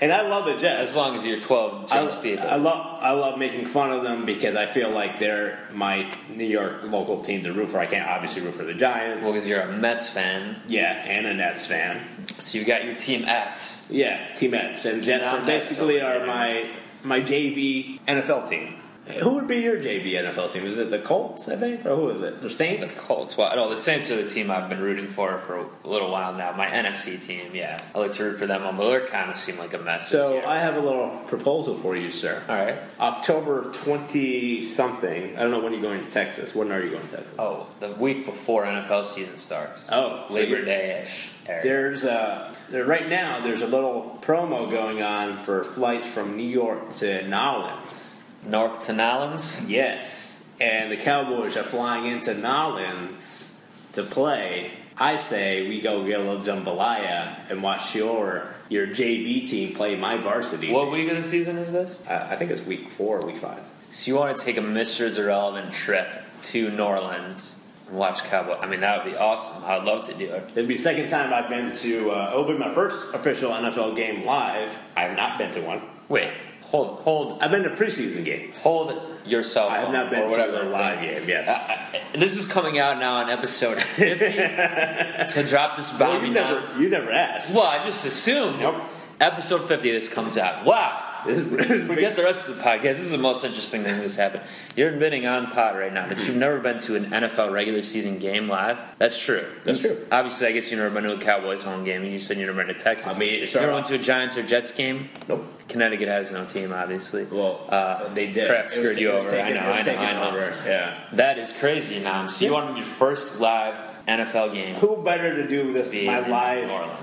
[SPEAKER 5] and I love the Jets.
[SPEAKER 4] as long as you're 12
[SPEAKER 5] I,
[SPEAKER 4] drinks deep.
[SPEAKER 5] I love love I love making fun of them because I feel like they're my New York local team to root for. I can't obviously root for the Giants.
[SPEAKER 4] Well, because you're a Mets fan,
[SPEAKER 5] yeah, and a Nets fan.
[SPEAKER 4] so you got your team Ets.
[SPEAKER 5] Yeah, Team Mets and Jets
[SPEAKER 4] Not
[SPEAKER 5] are
[SPEAKER 4] Mets,
[SPEAKER 5] basically
[SPEAKER 4] so-
[SPEAKER 5] are my my JV NFL team. Who would be your JV NFL team? Is it the Colts? I think, or who is it? The
[SPEAKER 4] The
[SPEAKER 5] Saints.
[SPEAKER 4] Colts. Well, no, the Saints are the team I've been rooting for for a little while now. My NFC team, yeah, I like to root for them. Although they kind of seem like a mess. this
[SPEAKER 5] So
[SPEAKER 4] year.
[SPEAKER 5] I have a little proposal for you, sir.
[SPEAKER 4] all right.
[SPEAKER 5] October twenty something. I don't know when you're going to Texas. When are you going to Texas?
[SPEAKER 4] Oh, the week before NFL season starts.
[SPEAKER 5] Oh, so
[SPEAKER 4] Labor
[SPEAKER 5] you-
[SPEAKER 4] Day ish.
[SPEAKER 5] There's a there, right now. There's a little promo going on for flights from New York to Nolens.
[SPEAKER 4] North to Nolens.
[SPEAKER 5] Yes, and the Cowboys are flying into Nolens to play. I say we go get a little jambalaya and watch your your JV team play my varsity. Uh,
[SPEAKER 4] What week of the season is this?
[SPEAKER 5] I, I think it's week four, or week five.
[SPEAKER 4] So you want to take a Mr. Irrelevant trip to New Orleans and watch Cowboy? I mean, that would be awesome. I'd love to do it.
[SPEAKER 5] It'd be the second time I've been to. Uh, it'll be my first official NFL game live. I've not been to one.
[SPEAKER 4] Wait, hold, hold,
[SPEAKER 5] I've been to preseason games.
[SPEAKER 4] hold yourself.
[SPEAKER 5] I have not been
[SPEAKER 4] Oh. or whatever.
[SPEAKER 5] to a live game. Yes.
[SPEAKER 4] This is coming out now on
[SPEAKER 5] <laughs>
[SPEAKER 4] episode 50 to drop this bomb.
[SPEAKER 5] Well, you never, you never asked.
[SPEAKER 4] Well, I just assumed.
[SPEAKER 5] Nope.
[SPEAKER 4] Episode 50, this comes out. Wow.
[SPEAKER 5] This is- this is
[SPEAKER 4] Forget the rest of the podcast. This is the most interesting thing that's happened. You're admitting on pot right now that you've never been to an NFL regular season game live. That's true.
[SPEAKER 5] That's true.
[SPEAKER 4] Obviously, I guess you've never been to a Cowboys home game. and You said you've never been to Texas.
[SPEAKER 5] I mean,
[SPEAKER 4] you
[SPEAKER 5] it's our-
[SPEAKER 4] never went to a Giants or Jets game.
[SPEAKER 5] Nope.
[SPEAKER 4] Connecticut has no team, obviously.
[SPEAKER 5] Well,
[SPEAKER 4] Uh,
[SPEAKER 5] they did.
[SPEAKER 4] Kraft
[SPEAKER 5] It
[SPEAKER 4] screwed
[SPEAKER 5] was ta-
[SPEAKER 4] you
[SPEAKER 5] it was
[SPEAKER 4] over. I
[SPEAKER 5] taken-
[SPEAKER 4] know.
[SPEAKER 5] it was
[SPEAKER 4] I know.
[SPEAKER 5] taken
[SPEAKER 4] I know.
[SPEAKER 5] over, yeah.
[SPEAKER 4] That is crazy, Nam. So you
[SPEAKER 5] Yeah.
[SPEAKER 4] wanted your first live NFL game?
[SPEAKER 5] Who better to do this
[SPEAKER 4] Be
[SPEAKER 5] my
[SPEAKER 4] in
[SPEAKER 5] live
[SPEAKER 4] New Orleans.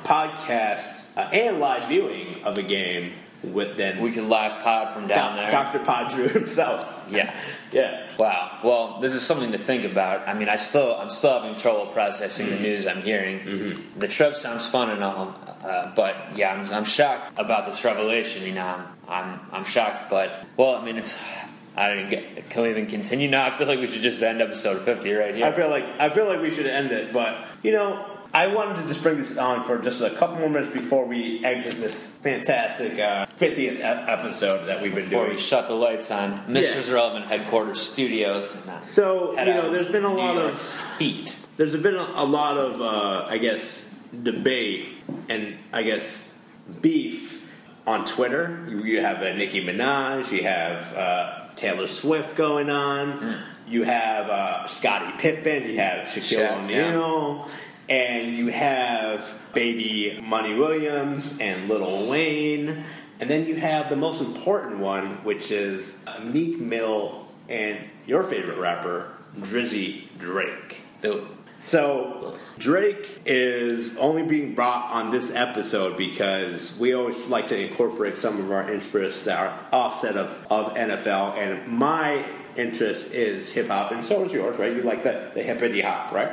[SPEAKER 5] podcast uh, and live viewing of a game with then
[SPEAKER 4] We could live pod from down there.
[SPEAKER 5] Doctor Podrew <laughs> himself?
[SPEAKER 4] Yeah.
[SPEAKER 5] Yeah.
[SPEAKER 4] Wow. Well, this is something to think about. I mean, I still I'm still having trouble processing the news I'm hearing. The trip sounds fun and all, uh, but yeah, I'm, I'm shocked about this revelation. You know, I'm, I'm I'm shocked, but well, I mean, it's I don't even get. Can we even continue now? I feel like we should just end episode 50 right here.
[SPEAKER 5] I feel like I feel like we should end it, but you know. I wanted to just bring this on for just a couple more minutes before we exit this fantastic uh, 50th e- episode that we've been
[SPEAKER 4] before
[SPEAKER 5] doing.
[SPEAKER 4] we shut the lights on, Mr. Relevant Headquarters Studios. And, uh,
[SPEAKER 5] So,
[SPEAKER 4] head
[SPEAKER 5] you know,
[SPEAKER 4] out
[SPEAKER 5] there's been a
[SPEAKER 4] to
[SPEAKER 5] lot
[SPEAKER 4] New
[SPEAKER 5] of-
[SPEAKER 4] York's heat.
[SPEAKER 5] There's been a, a lot of, uh, I guess, debate and I guess beef on Twitter. You, you have uh, Nicki Minaj, you have uh, Taylor Swift going on,
[SPEAKER 4] Hmm.
[SPEAKER 5] you have uh, Scottie Pippen, you have Shaquille
[SPEAKER 4] Shaq, yeah.
[SPEAKER 5] O'Neal, and you have baby Money Williams and Little Wayne, and then you have the most important one, which is uh, Meek Mill and your favorite rapper, Drizzy Drake.
[SPEAKER 4] The-
[SPEAKER 5] So Drake is only being brought on this episode because we always like to incorporate some of our interests that are offset of, of NFL, and my interest is hip hop, and so is yours, right? You like the the hippity hop, right?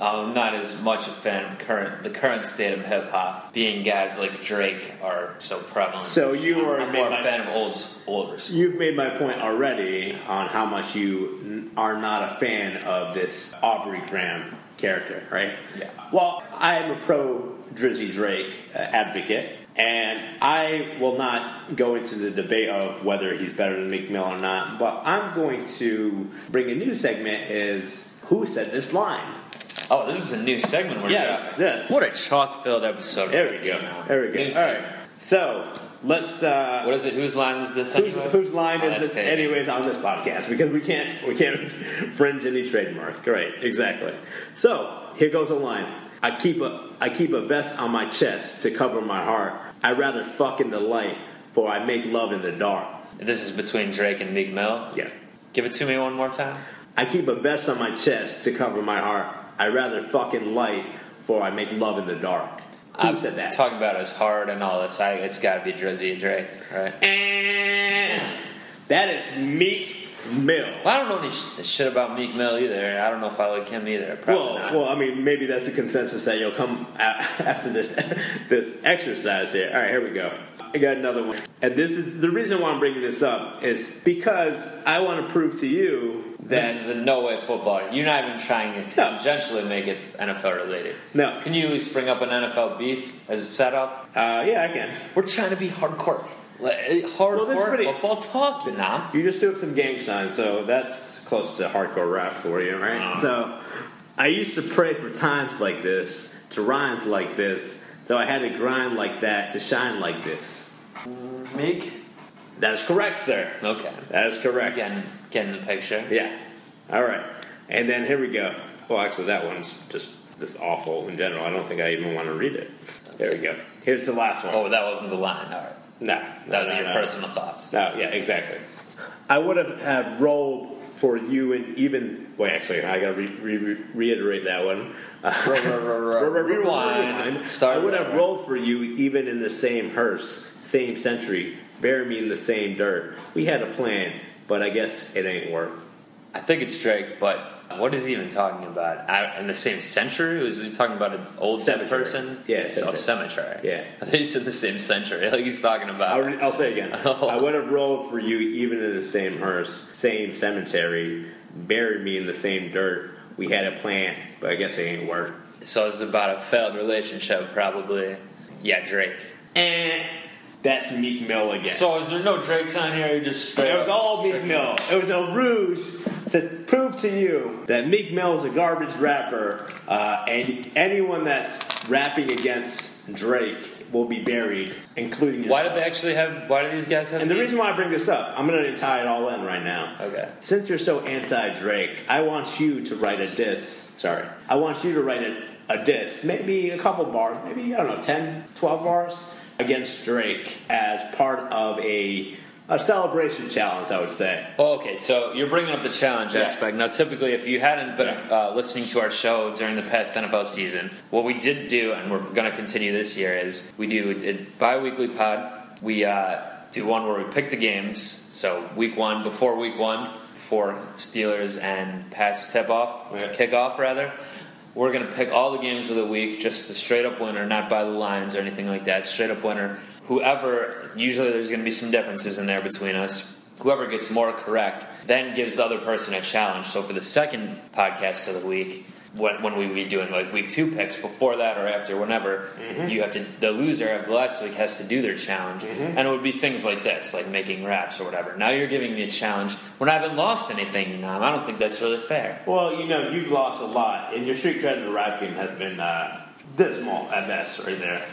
[SPEAKER 4] Um, I'm not as much a fan of current the current state of hip hop, being guys like Drake are so prevalent.
[SPEAKER 5] So you are
[SPEAKER 4] I'm more
[SPEAKER 5] made
[SPEAKER 4] a
[SPEAKER 5] by-
[SPEAKER 4] fan of old older. school.
[SPEAKER 5] You've made my point already on how much you n- are not a fan of this Aubrey Graham character, right?
[SPEAKER 4] Yeah.
[SPEAKER 5] Well, I am a pro Drizzy Drake uh, advocate, and I will not go into the debate of whether he's better than Meek Mill or not. But I'm going to bring a new segment: is who said this line?
[SPEAKER 4] Oh, this is a new segment we're
[SPEAKER 5] Yes,
[SPEAKER 4] dropping.
[SPEAKER 5] yes.
[SPEAKER 4] What a chalk filled episode.
[SPEAKER 5] There we go. There we
[SPEAKER 4] New
[SPEAKER 5] go. All
[SPEAKER 4] segment.
[SPEAKER 5] right. So let's. Uh,
[SPEAKER 4] What is it? Whose line is this?
[SPEAKER 5] Whose,
[SPEAKER 4] anyway?
[SPEAKER 5] whose line
[SPEAKER 4] Oh,
[SPEAKER 5] is
[SPEAKER 4] that's
[SPEAKER 5] this,
[SPEAKER 4] Taylor.
[SPEAKER 5] anyways, on this podcast? Because we can't we can't <laughs> fringe any trademark. Right, exactly. So here goes a line. I keep a I keep a vest on my chest to cover my heart. I rather fuck in the light, for I make love in the dark.
[SPEAKER 4] This is between Drake and Meek Mill.
[SPEAKER 5] Yeah.
[SPEAKER 4] Give it to me one more time.
[SPEAKER 5] I keep a vest on my chest to cover my heart. I rather fuck in light, for I make love in the dark. Who
[SPEAKER 4] I'm
[SPEAKER 5] said that?
[SPEAKER 4] Talking about as hard and all this, I, it's got to be Drizzy and Drake, right?
[SPEAKER 5] and that is Meek Mill.
[SPEAKER 4] Well, I don't know any sh- shit about Meek Mill either. I don't know if I like him either. Probably
[SPEAKER 5] Well,
[SPEAKER 4] not.
[SPEAKER 5] well, I mean, maybe that's a consensus that you'll come a- <laughs> after this this exercise here. All right, here we go. I got another one, and this is the reason why I'm bringing this up is because I want to prove to you that
[SPEAKER 4] This is in no way football. You're not even trying to
[SPEAKER 5] No.
[SPEAKER 4] tangentially make it NFL related.
[SPEAKER 5] No.
[SPEAKER 4] Can you at least bring up an NFL beef as a setup?
[SPEAKER 5] uh, yeah, I can.
[SPEAKER 4] We're trying to be hardcore. Like, Hardcore
[SPEAKER 5] this is pretty-
[SPEAKER 4] football talk, you know?
[SPEAKER 5] You just threw up some gang signs, so that's close to hardcore rap for you,
[SPEAKER 4] Uh-huh.
[SPEAKER 5] right? So I used to pray for times like this, to rhymes like this, so I had to grind like that, to shine like this.
[SPEAKER 4] Meek?
[SPEAKER 5] That is correct, sir.
[SPEAKER 4] Okay.
[SPEAKER 5] That is correct.
[SPEAKER 4] Getting, getting the picture.
[SPEAKER 5] Yeah. All right. And then here we go. Well, actually, that one's just this awful in general. I don't think I even want to read it. There we go. Here's the last one.
[SPEAKER 4] Oh, that wasn't the line. All right.
[SPEAKER 5] no,
[SPEAKER 4] That was
[SPEAKER 5] no,
[SPEAKER 4] your
[SPEAKER 5] no.
[SPEAKER 4] personal thoughts.
[SPEAKER 5] No, yeah, exactly. I would have had rolled for you and even. Wait, actually, I gotta re- re- re- reiterate that one. Uh,
[SPEAKER 4] <laughs> Rewind. Start
[SPEAKER 5] I would have
[SPEAKER 4] over.
[SPEAKER 5] rolled for you even in the same hearse, same century, bury me in the same dirt. We had a plan, but I guess it ain't work.
[SPEAKER 4] I think it's Drake, but what is he even talking about? I, in the same century? Was he talking about an old dead
[SPEAKER 5] Cemetery.
[SPEAKER 4] person?
[SPEAKER 5] Yeah,
[SPEAKER 4] cemetery.
[SPEAKER 5] cemetery.
[SPEAKER 4] Oh, cemetery. <laughs>
[SPEAKER 5] Yeah.
[SPEAKER 4] He's in the same century. <laughs> Like he's talking about.
[SPEAKER 5] I'll, re- I'll say it
[SPEAKER 4] <laughs>
[SPEAKER 5] again.
[SPEAKER 4] Oh.
[SPEAKER 5] I would have rolled for you even in the same hearse, same cemetery, buried me in the same dirt. We had a plan, but I guess it ain't work.
[SPEAKER 4] So it's about a failed relationship, probably. Yeah, Drake.
[SPEAKER 5] And that's Meek Mill again.
[SPEAKER 4] Eh, So is there no Drakes on here? You're just straight
[SPEAKER 5] it was
[SPEAKER 4] up
[SPEAKER 5] all Meek
[SPEAKER 4] Drake?
[SPEAKER 5] Mill. It was a ruse to prove to you that Meek Mill is a garbage rapper, uh, and anyone that's rapping against Drake will be buried, including
[SPEAKER 4] Why
[SPEAKER 5] yourself.
[SPEAKER 4] did they actually have? Why do these guys have?
[SPEAKER 5] And the
[SPEAKER 4] these?
[SPEAKER 5] reason why I bring this up, I'm going to tie it all in right now.
[SPEAKER 4] Okay.
[SPEAKER 5] Since you're so anti Drake, I want you to write a diss. Sorry. I want you to write a, a diss, maybe a couple bars, maybe, I don't know, 10, 12 bars against Drake as part of a, a celebration challenge, I would say.
[SPEAKER 4] Oh, okay, so you're bringing up the challenge
[SPEAKER 5] Yeah.
[SPEAKER 4] aspect. Now, typically, if you hadn't been
[SPEAKER 5] Yeah.
[SPEAKER 4] uh, listening to our show during the past NFL season, what we did do, and we're going to continue this year, is we do a bi weekly pod. We uh, do one where we pick the games. So, week one, before week one, before Steelers and Pats tip off,
[SPEAKER 5] Yeah.
[SPEAKER 4] kick off rather. We're going to pick all the games of the week, just a straight up winner, not by the lines or anything like that. Straight up winner. Whoever, usually there's going to be some differences in there between us. Whoever gets more correct then gives the other person a challenge. So for the second podcast of the week, when, when we be doing like week two picks before that or after, whenever, you have to, the loser of the last week has to do their challenge. And it would be things like this, like making raps or whatever. Now you're giving me a challenge when I haven't lost anything, Nam. I don't think that's really fair.
[SPEAKER 5] Well, you know, you've lost a lot, and your street cred in the rap game has been uh, dismal at best right there.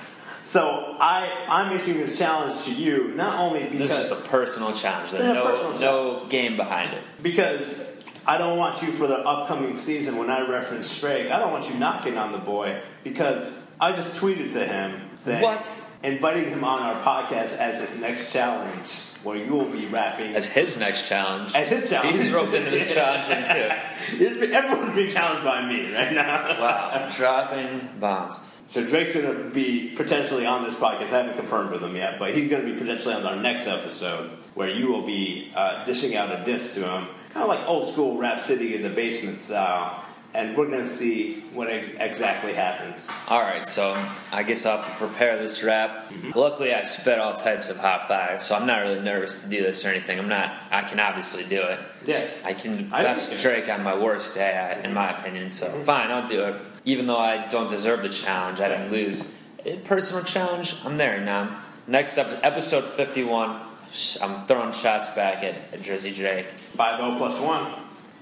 [SPEAKER 5] So I, I'm issuing this challenge to you, not only because.
[SPEAKER 4] This is a personal challenge. There's
[SPEAKER 5] Yeah,
[SPEAKER 4] no,
[SPEAKER 5] personal
[SPEAKER 4] no game behind it.
[SPEAKER 5] Because I don't want you for the upcoming season when I reference Drake. I don't want you knocking on the boy because I just tweeted to him saying,
[SPEAKER 4] What?
[SPEAKER 5] Inviting him on our podcast as his next challenge, where you will be rapping.
[SPEAKER 4] As his next challenge.
[SPEAKER 5] As his challenge.
[SPEAKER 4] He's roped into <laughs> this challenge
[SPEAKER 5] <laughs>
[SPEAKER 4] in
[SPEAKER 5] Everyone's being challenged by me right
[SPEAKER 4] too.
[SPEAKER 5] now.
[SPEAKER 4] Wow. Dropping bombs.
[SPEAKER 5] So Drake's going to be potentially on this podcast. I haven't confirmed with him yet, but he's going to be potentially on our next episode where you will be uh, dishing out a diss to him, kind of like old school Rap City in the basement style. And we're going to see what e- exactly happens.
[SPEAKER 4] All right, so I guess I'll have to prepare this rap. Luckily, I spit all types of hot fire, so I'm not really nervous to do this or anything. I'm not. I can obviously do it.
[SPEAKER 5] Yeah.
[SPEAKER 4] I can Mm-hmm.
[SPEAKER 5] I
[SPEAKER 4] best
[SPEAKER 5] understand.
[SPEAKER 4] Drake on my worst day, I- in my opinion. So fine, I'll do it. Even though I don't deserve the challenge, I didn't lose. Eh, Personal challenge, I'm there now. Next up, episode 51. sh- I'm throwing shots back at, at Drizzy Drake.
[SPEAKER 5] 5 0 plus 1.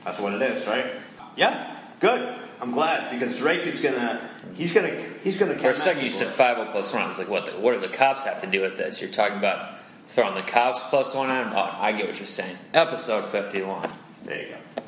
[SPEAKER 5] That's what it is, right? Yeah, good. I'm glad because Drake is going to. He's going to. He's going to
[SPEAKER 4] For a second, you said 5 plus 1. I was like, what, the, what do the cops have to do with this? You're talking about throwing the cops plus 1 on? Oh, I get what you're saying. Episode 51.
[SPEAKER 5] There you go.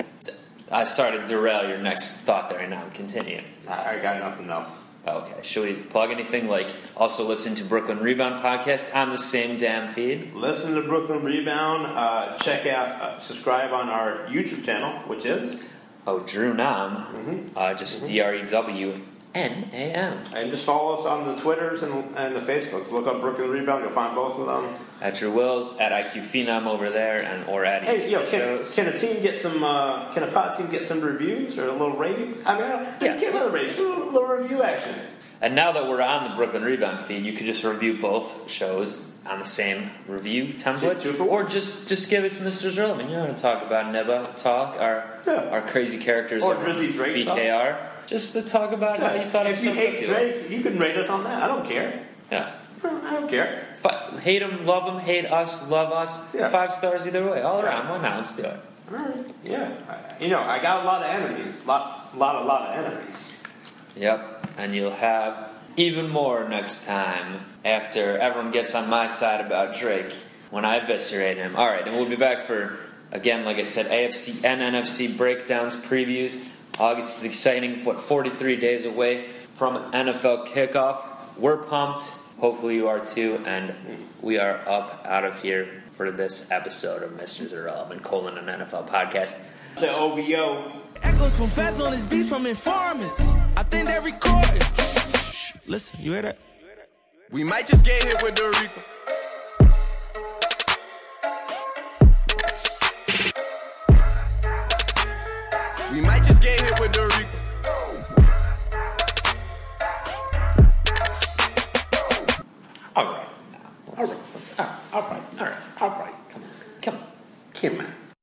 [SPEAKER 4] I started to derail your next thought there, and now I'm continuing.
[SPEAKER 5] I I got nothing else.
[SPEAKER 4] Okay, should we plug anything like also listen to Brooklyn Rebound podcast on the same damn feed?
[SPEAKER 5] Listen to Brooklyn Rebound. Uh, check out, uh, subscribe on our YouTube channel, which is,
[SPEAKER 4] Oh, Drew Nam,
[SPEAKER 5] Mm-hmm.
[SPEAKER 4] uh, just D R E W N A M
[SPEAKER 5] and just follow us on the Twitters and, and the Facebooks. Look up Brooklyn Rebound. You'll find both of them.
[SPEAKER 4] at Drew Wills at IQ Phenom over there, and or at
[SPEAKER 5] Hey, yo,
[SPEAKER 4] EQ
[SPEAKER 5] can,
[SPEAKER 4] shows.
[SPEAKER 5] can a team get some? Uh, can a pod team get some reviews or a little ratings? I mean, I don't, yeah,
[SPEAKER 4] Yeah.
[SPEAKER 5] get another ratings, a little, little review action.
[SPEAKER 4] And now that we're on the Brooklyn Rebound feed, you could just review both shows on the same review template,
[SPEAKER 5] Two- two for
[SPEAKER 4] or just just give us Mr. Relevant. You know what to talk about Neba talk our
[SPEAKER 5] Yeah.
[SPEAKER 4] our crazy characters
[SPEAKER 5] Or
[SPEAKER 4] on
[SPEAKER 5] Drizzy Drake talk.
[SPEAKER 4] BKR. Just to talk about how you thought
[SPEAKER 5] if
[SPEAKER 4] of
[SPEAKER 5] you
[SPEAKER 4] something.
[SPEAKER 5] hate Drake, you can rate us on that. I don't care.
[SPEAKER 4] yeah.
[SPEAKER 5] I don't care.
[SPEAKER 4] Fi hate them, love them, hate us, love us.
[SPEAKER 5] Yeah.
[SPEAKER 4] Five stars either way, all
[SPEAKER 5] Yeah.
[SPEAKER 4] around. Why not? Let's do it.
[SPEAKER 5] Yeah, I, you know, I got a lot of enemies. Lot, lot, a lot of enemies.
[SPEAKER 4] Yep, and you'll have even more next time after everyone gets on my side about Drake when I eviscerate him. All right, and we'll be back for, again, like I said, AFC and NFC breakdowns, previews. August is exciting, what, 43 days away from NFL kickoff. We're pumped. Hopefully you are too, and we are up out of here for this episode of Mr. Irrelevant Colon an NFL podcast.
[SPEAKER 5] The OVO.
[SPEAKER 6] Echoes from feds on this beat from informants. I think they recorded. Shh, Listen, you hear that?
[SPEAKER 7] We might just get hit with the Reaper. We might just get hit with the Reaper.
[SPEAKER 4] All right. All right. All right. All right. All right. Come on. Come on. Come on.